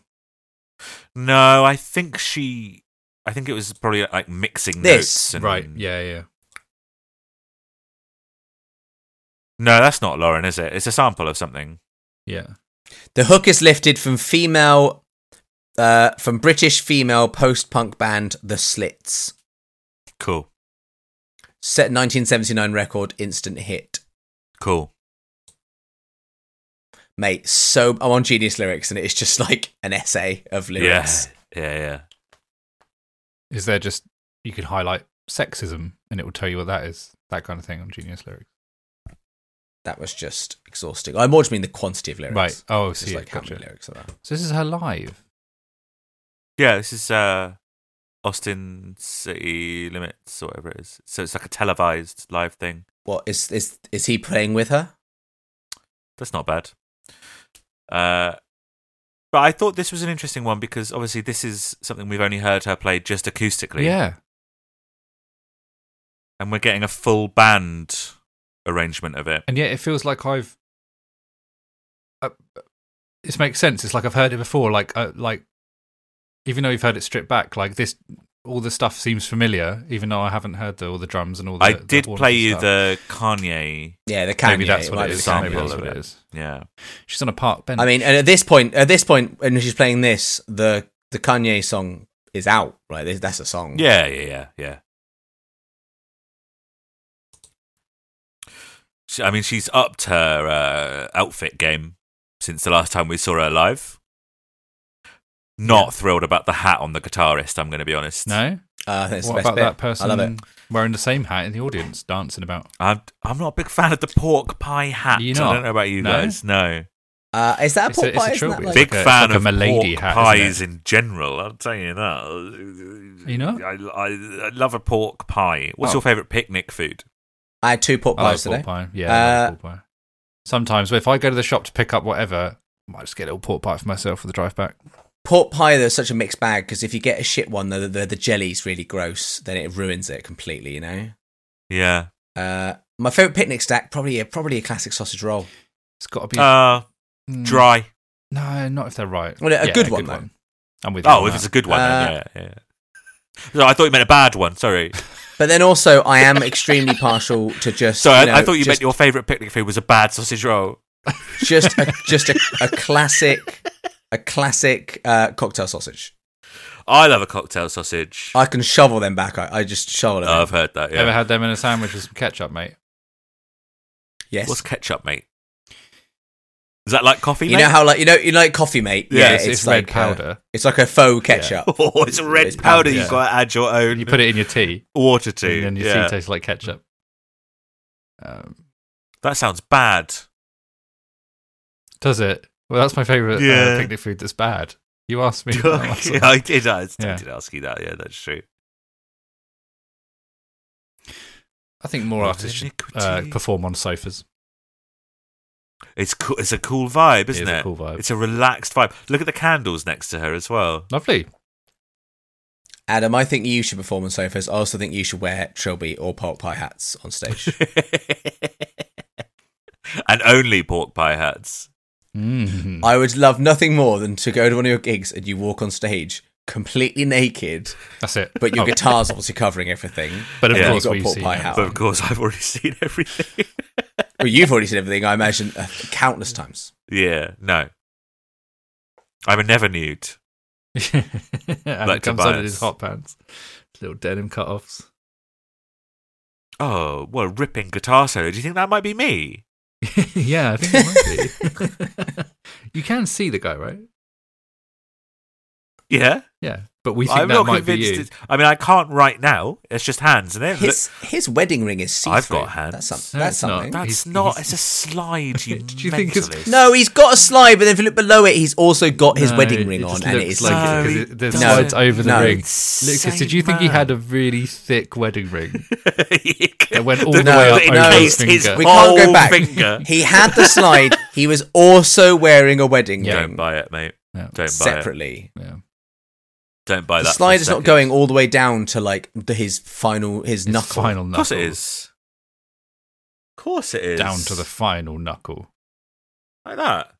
S4: No, I think she I think it was probably like mixing
S3: This.
S4: notes. And,
S1: Right. Yeah. Yeah.
S4: No, that's not Lauren, is it? It's a sample of something.
S1: Yeah.
S3: The hook is lifted from female, uh, from British female post punk band The Slits.
S4: Cool.
S3: Set 1979 record, instant hit.
S4: Cool.
S3: Mate, so I'm on Genius Lyrics and it's just like an essay of lyrics.
S4: Yeah. Yeah. Yeah.
S1: Is there just you could highlight sexism and it will tell you what that is? That kind of thing on Genius Lyrics.
S3: That was just exhausting. I more just mean the quantity of lyrics.
S1: Right. Oh, I
S3: Just
S1: see.
S3: like how
S1: Gotcha.
S3: many lyrics are there.
S1: So this is her live.
S4: Yeah, this is uh, Austin City Limits or whatever it is. So it's like a televised live thing.
S3: What is is is he playing with her?
S4: That's not bad. Uh, but I thought this was an interesting one because obviously this is something we've only heard her play just acoustically.
S1: Yeah.
S4: And we're getting a full band arrangement of it.
S1: And yet it feels like I've. Uh, this makes sense. It's like I've heard it before. Like, uh, like, even though you've heard it stripped back, like this, all the stuff seems familiar. Even though I haven't heard the all the drums and all. the
S4: I
S1: the
S4: did
S1: horns
S4: play
S1: and
S4: you
S1: stuff.
S4: the Kanye.
S3: Yeah, the Kanye.
S1: Maybe that's what
S3: might
S1: it
S3: be
S1: is.
S3: the Kanye.
S1: Maybe
S4: sample
S1: that's
S4: of
S1: what it
S4: it.
S1: is.
S4: Yeah.
S1: She's on a park bench.
S3: I mean, and at this point, at this point, when she's playing this, the the Kanye song is out. Right, This- that's a song.
S4: Yeah, yeah, yeah, yeah. She, I mean, she's upped her uh, outfit game since the last time we saw her live. Not thrilled about the hat on the guitarist. I'm going to be honest.
S1: no.
S3: uh, that's the
S1: What
S3: best
S1: about
S3: bit.
S1: that
S3: I
S1: person
S3: love it.
S1: wearing the same hat in the audience dancing about?
S4: I'm I'm not a big fan of the pork pie hat.
S1: You're
S4: I
S1: not?
S4: don't know about you
S1: No?
S4: guys. No,
S3: Uh, is that a
S1: It's a- it's a
S3: pork pie? Isn't that
S1: trilby.
S3: like-
S4: big
S1: a- it's
S4: fan
S1: like a
S4: of
S1: milady
S4: pork
S1: hat, isn't
S4: pies
S1: it?
S4: in general. I'll tell you that.
S1: You know?
S4: I, I, I love a pork pie. What's
S1: Oh.
S4: your favourite picnic food?
S3: I had two pork
S1: I like
S3: pies today.
S1: pork pie. Yeah, I
S3: Uh,
S1: like pork pie. Sometimes if I go to the shop to pick up whatever, I might just get a little pork pie for myself for the drive back.
S3: Pork pie, though, is such a mixed bag because if you get a shit one, the, the the jelly's really gross. Then it ruins it completely. You know.
S4: Yeah.
S3: Uh, my favorite picnic stack probably a, probably a classic sausage roll.
S1: It's got to be
S4: Uh,
S1: Mm,
S4: dry.
S1: No, not if they're right.
S3: Well, a good one, though.
S1: I'm with you.
S4: Oh,
S1: on
S4: if
S1: that.
S4: it's a good one, then,
S3: Uh,
S4: yeah, yeah. No, I thought you meant a bad one. Sorry,
S3: But then also, I am extremely partial to just.
S4: sorry.
S3: know,
S4: I, I thought you
S3: just,
S4: meant your favourite picnic food was a bad sausage roll.
S3: just a, just a, a classic, a classic uh, cocktail sausage.
S4: I love a cocktail sausage.
S3: I can shovel them back. I, I just shovel them.
S4: Oh,
S3: back.
S4: I've heard that.
S1: Ever
S4: Yeah.
S1: had them in a sandwich with some ketchup, mate?
S3: yes.
S4: What's ketchup, mate? Is that like coffee?
S3: you
S4: mate?
S3: know how like you know you know, like coffee, mate.
S4: Yeah,
S1: it's, it's
S3: like
S1: red
S3: uh,
S1: powder.
S3: it's like a faux ketchup.
S4: Oh, it's a red
S3: It's
S4: powder.
S3: powder,
S1: yeah.
S4: You've got to add your own
S1: You put it in your tea,
S4: water to.
S1: and then your
S4: yeah.
S1: tea tastes like ketchup. Um,
S4: that sounds bad.
S1: does it? Well, that's my favourite
S4: Yeah.
S1: uh, picnic food. That's bad. You asked me. that last
S4: Yeah,
S1: time.
S4: I did. I,
S1: Yeah.
S4: I did ask you that. Yeah, that's true.
S1: I think more
S4: Of
S1: artists should uh,
S4: iniquity.
S1: perform on sofas.
S4: It's cool. It's a cool vibe, isn't
S1: is
S4: it?
S1: a cool vibe.
S4: It's a relaxed vibe. Look at the candles next to her as well.
S1: Lovely.
S3: Adam, I think you should perform on sofas. I also think you should wear trilby or pork pie hats on stage.
S4: and only pork pie hats. Mm-hmm.
S1: Mm.
S3: I would love nothing more than to go to one of your gigs and you walk on stage completely naked,
S1: That's it.
S3: but your
S1: Oh,
S3: guitar's obviously covering everything.
S1: But of
S4: Yeah.
S1: course,
S3: You've got
S1: we've
S3: pork
S1: seen
S3: pie
S1: that.
S3: hat.
S4: But of course, I've already seen everything.
S3: Well, you've already seen everything, I imagine, uh, countless times.
S4: yeah, no. I'm a never nude.
S1: and
S4: Like
S1: it comes out
S4: Tobias.
S1: in his hot pants, little denim cut-offs.
S4: Oh, what a ripping guitar solo. Do you think that might be me?
S1: yeah, I think it might be. you can see the guy, right?
S4: Yeah.
S1: Yeah, but we think
S4: I'm
S1: that
S4: not
S1: might be
S4: convinced.
S1: you.
S4: it's- I mean, I can't right now. It's just hands, isn't it?
S3: His his wedding ring is see
S4: I've got hands.
S3: That's, some,
S1: No,
S3: that's
S1: it's not.
S3: something.
S4: Look, that's
S1: he's-
S4: not.
S1: he's-
S4: it's a slide, you
S1: Do you think it's-
S4: mentalist.
S3: No, he's got a slide, but then if you look below it, he's also got his
S1: No,
S3: wedding ring
S1: it
S3: on,
S1: just
S3: and it
S1: looks
S3: is
S1: like
S3: like
S1: it,
S4: No,
S1: 'cause
S4: he
S1: it- there's
S3: doesn't.
S1: slides over the
S3: No.
S1: ring.
S4: Insane
S1: Lucas, did you think he
S4: man.
S1: had a really thick wedding ring that went all
S4: The-
S1: the way
S3: no,
S1: up
S4: that
S1: over his
S4: encased his
S1: finger?
S3: we can't
S4: whole
S3: go back.
S4: finger.
S3: He had the slide. he was also wearing a wedding
S1: Yeah.
S4: Don't
S3: ring
S4: buy it, mate.
S1: Yeah.
S4: Don't buy it.
S3: separately.
S1: Yeah.
S4: Don't buy
S3: The
S4: that. for a
S3: slide is not
S4: second.
S3: going all the way down to like the, his final his,
S1: His
S3: knuckle.
S1: final
S4: Of
S1: knuckle.
S4: course it is. Of course it is.
S1: Down to the final knuckle.
S4: like that.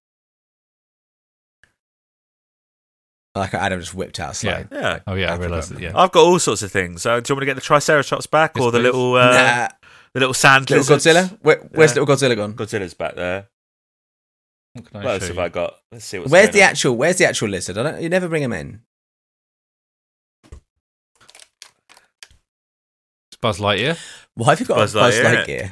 S3: Like Adam just whipped out a slide.
S4: Yeah.
S1: Oh yeah, I
S3: Africa.
S1: realised that. Yeah.
S4: I've got all sorts of things. Uh, do you want me to get the Triceratops back
S1: Yes,
S4: or the
S1: please.
S4: little uh,
S3: Nah,
S4: the little sand
S3: little
S4: lizards?
S3: Godzilla. Where, where's
S4: Yeah.
S3: little Godzilla gone?
S4: Godzilla's back there.
S1: What can I
S4: What else
S1: show
S4: have
S1: you?
S4: I got? Let's see what's
S3: where's
S4: going
S3: the
S4: on.
S3: actual? Where's the actual lizard? I don't. You never bring him in.
S1: It's Buzz Lightyear.
S3: Why have you got
S4: Buzz
S3: a Buzz
S4: Lightyear,
S3: Lightyear?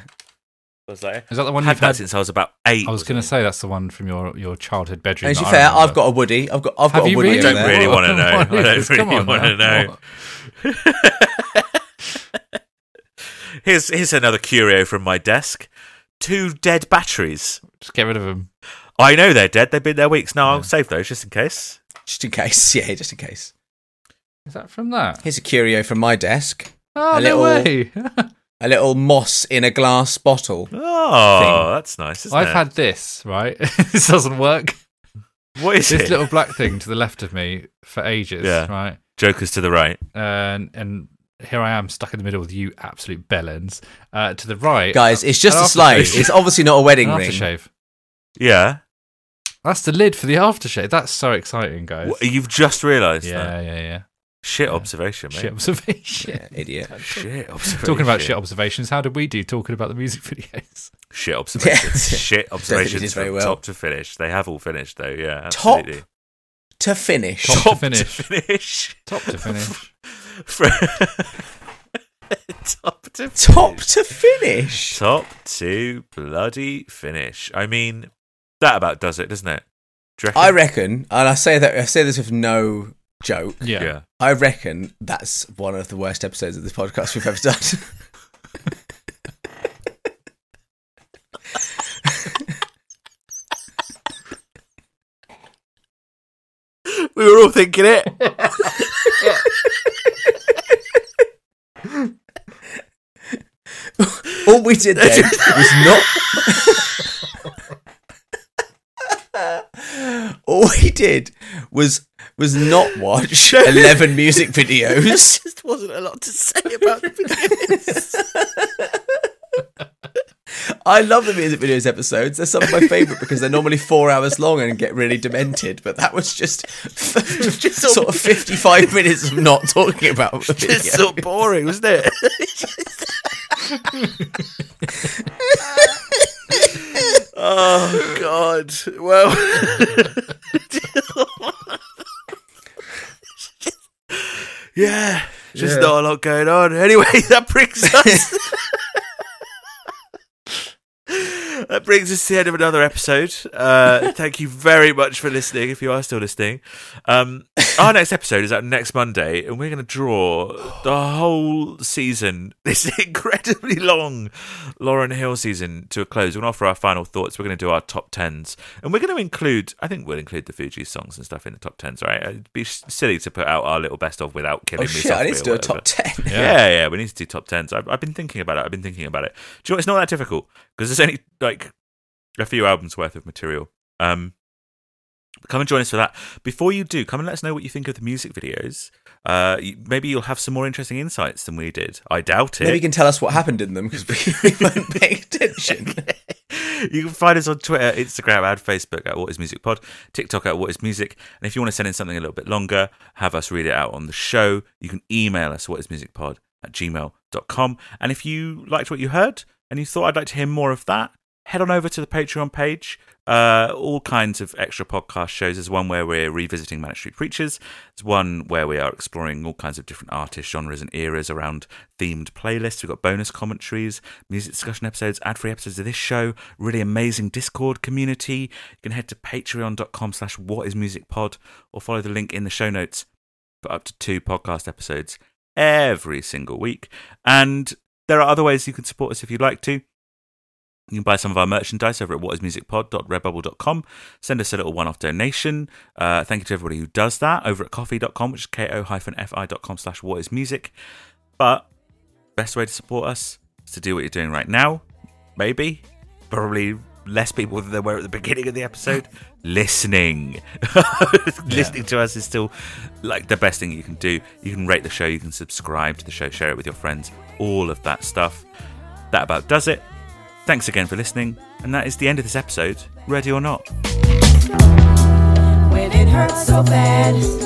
S4: I was like,
S1: Is that the one
S4: had
S1: you've
S4: that
S1: had?
S4: since I was about eight.
S1: I was going to
S4: wasn't
S1: say that's the one from your, your childhood bedroom.
S3: And to
S1: that
S3: be
S1: I
S3: fair, I've
S1: remember.
S3: got a Woody. I've got. I've
S1: Have
S3: got a
S1: you
S3: Woody.
S1: really?
S3: in
S4: I don't
S3: there.
S4: really
S1: What-
S4: want to know. I
S1: what is
S4: don't
S1: this?
S4: really
S1: Come on
S4: want to
S1: now.
S4: know. it? Here's here's another curio from my desk. Two dead batteries.
S1: Just get rid of him.
S4: I know they're dead. They've been there weeks. No, I'll save those just in case.
S3: Just in case. Yeah, just in case.
S1: Is that from that?
S3: Here's a curio from my desk.
S1: Oh
S3: A
S1: no
S3: little-
S1: way!
S3: A little moss in a glass bottle.
S4: Oh,
S3: Thing.
S4: that's nice. Isn't
S1: I've
S4: it?
S1: had this right. this doesn't work.
S4: what is
S1: This
S4: it?
S1: little black thing to the left of me for ages.
S4: Yeah.
S1: Right.
S4: Joker's to the right.
S1: and and here I am stuck in the middle with you absolute bellends. Uh, to the right,
S3: Guys, it's just
S1: An
S3: a slide.
S1: aftershave.
S3: It's obviously not a wedding
S1: an
S3: ring.
S1: aftershave.
S4: Yeah,
S1: That's the lid for the aftershave. That's so exciting, guys.
S4: What- you've just realised that.
S1: yeah, yeah, yeah.
S4: Shit observation, mate.
S1: Shit observation.
S3: Yeah, idiot.
S4: Shit observation.
S1: Talking about shit observations, how did we do talking about the music videos?
S4: Shit observations.
S3: Yeah.
S4: Shit
S3: did
S4: observations
S3: very
S4: from
S3: well.
S4: top to finish. They have all finished though. Yeah,
S3: Top
S4: absolutely.
S3: To finish.
S1: Top to
S4: to
S1: finish.
S4: finish.
S1: Top to finish.
S4: Fr- top to
S3: Top to finish.
S4: top to bloody finish. I mean, that about does it, doesn't it? Do you reckon?
S3: I reckon, and I say that I say this with no joke.
S1: Yeah.
S4: Yeah.
S3: I reckon that's one of the worst episodes of this podcast we've ever done.
S4: We were all thinking it.
S3: All we did then was not. All we did was was not watch eleven music videos.
S4: just wasn't a lot to say about the videos.
S3: I love the music videos episodes. They're some of my favourite because they're normally four hours long and get really demented. But that was just, just sort of fifty five minutes of not talking about the video.
S4: It's so boring, wasn't it? oh God! Well, yeah, just not a lot going on. Anyway, that brings us. That brings us to the end of another episode. Uh, thank you very much for listening. If you are still listening, um, our next episode is out next Monday, and we're going to draw the whole season, this incredibly long Lauren Hill season, to a close. We're going to offer our final thoughts. We're going to do our top tens, and we're going to include. I think we'll include the Fuji songs and stuff in the top tens. Right? It'd be s- silly to put out our little best of without killing
S3: Oh
S4: me.
S3: shit! I need to
S4: softly
S3: do
S4: or
S3: a top
S4: whatever.
S3: ten.
S1: Yeah.
S4: Yeah. yeah, we need to do top tens. I've, I've been thinking about it. I've been thinking about it. Do you know what? It's not that difficult because there's only like a few albums worth of material. Um, come and join us for that. Before you do, come and let us know what you think of the music videos. Uh, you- maybe you'll have some more interesting insights than we did. I doubt it.
S3: Maybe you can tell us what happened in them because we, we weren't paying attention.
S4: you can find us on Twitter, Instagram, and Facebook at What Is Music Pod, TikTok at What Is Music. And if you want to send in something a little bit longer, have us read it out on the show, you can email us whatismusicpod at gmail.com. And if you liked what you heard and you thought I'd like to hear more of that, head on over to the Patreon page. Uh, all kinds of extra podcast shows. There's one where we're revisiting Manic Street Preachers. There's one where we are exploring all kinds of different artists, genres, and eras around themed playlists. We've got bonus commentaries, music discussion episodes, ad-free episodes of this show. Really amazing Discord community. You can head to Patreon.com/slash What Is Music Pod or follow the link in the show notes for up to two podcast episodes every single week. And there are other ways you can support us if you'd like to. You can buy some of our merchandise over at whatismusicpod.redbubble.com. Send us a little one off donation. Uh, thank you to everybody who does that over at coffee.com, which is ko-fi.com slash whatismusic. But best way to support us is to do what you're doing right now. Maybe, probably less people than there were at the beginning of the episode. Listening. Listening to us is still like the best thing you can do. You can rate the show, you can subscribe to the show, share it with your friends, all of that stuff. That about does it. Thanks again for listening, and that is the end of this episode, Ready or Not.
S2: When it hurts so bad.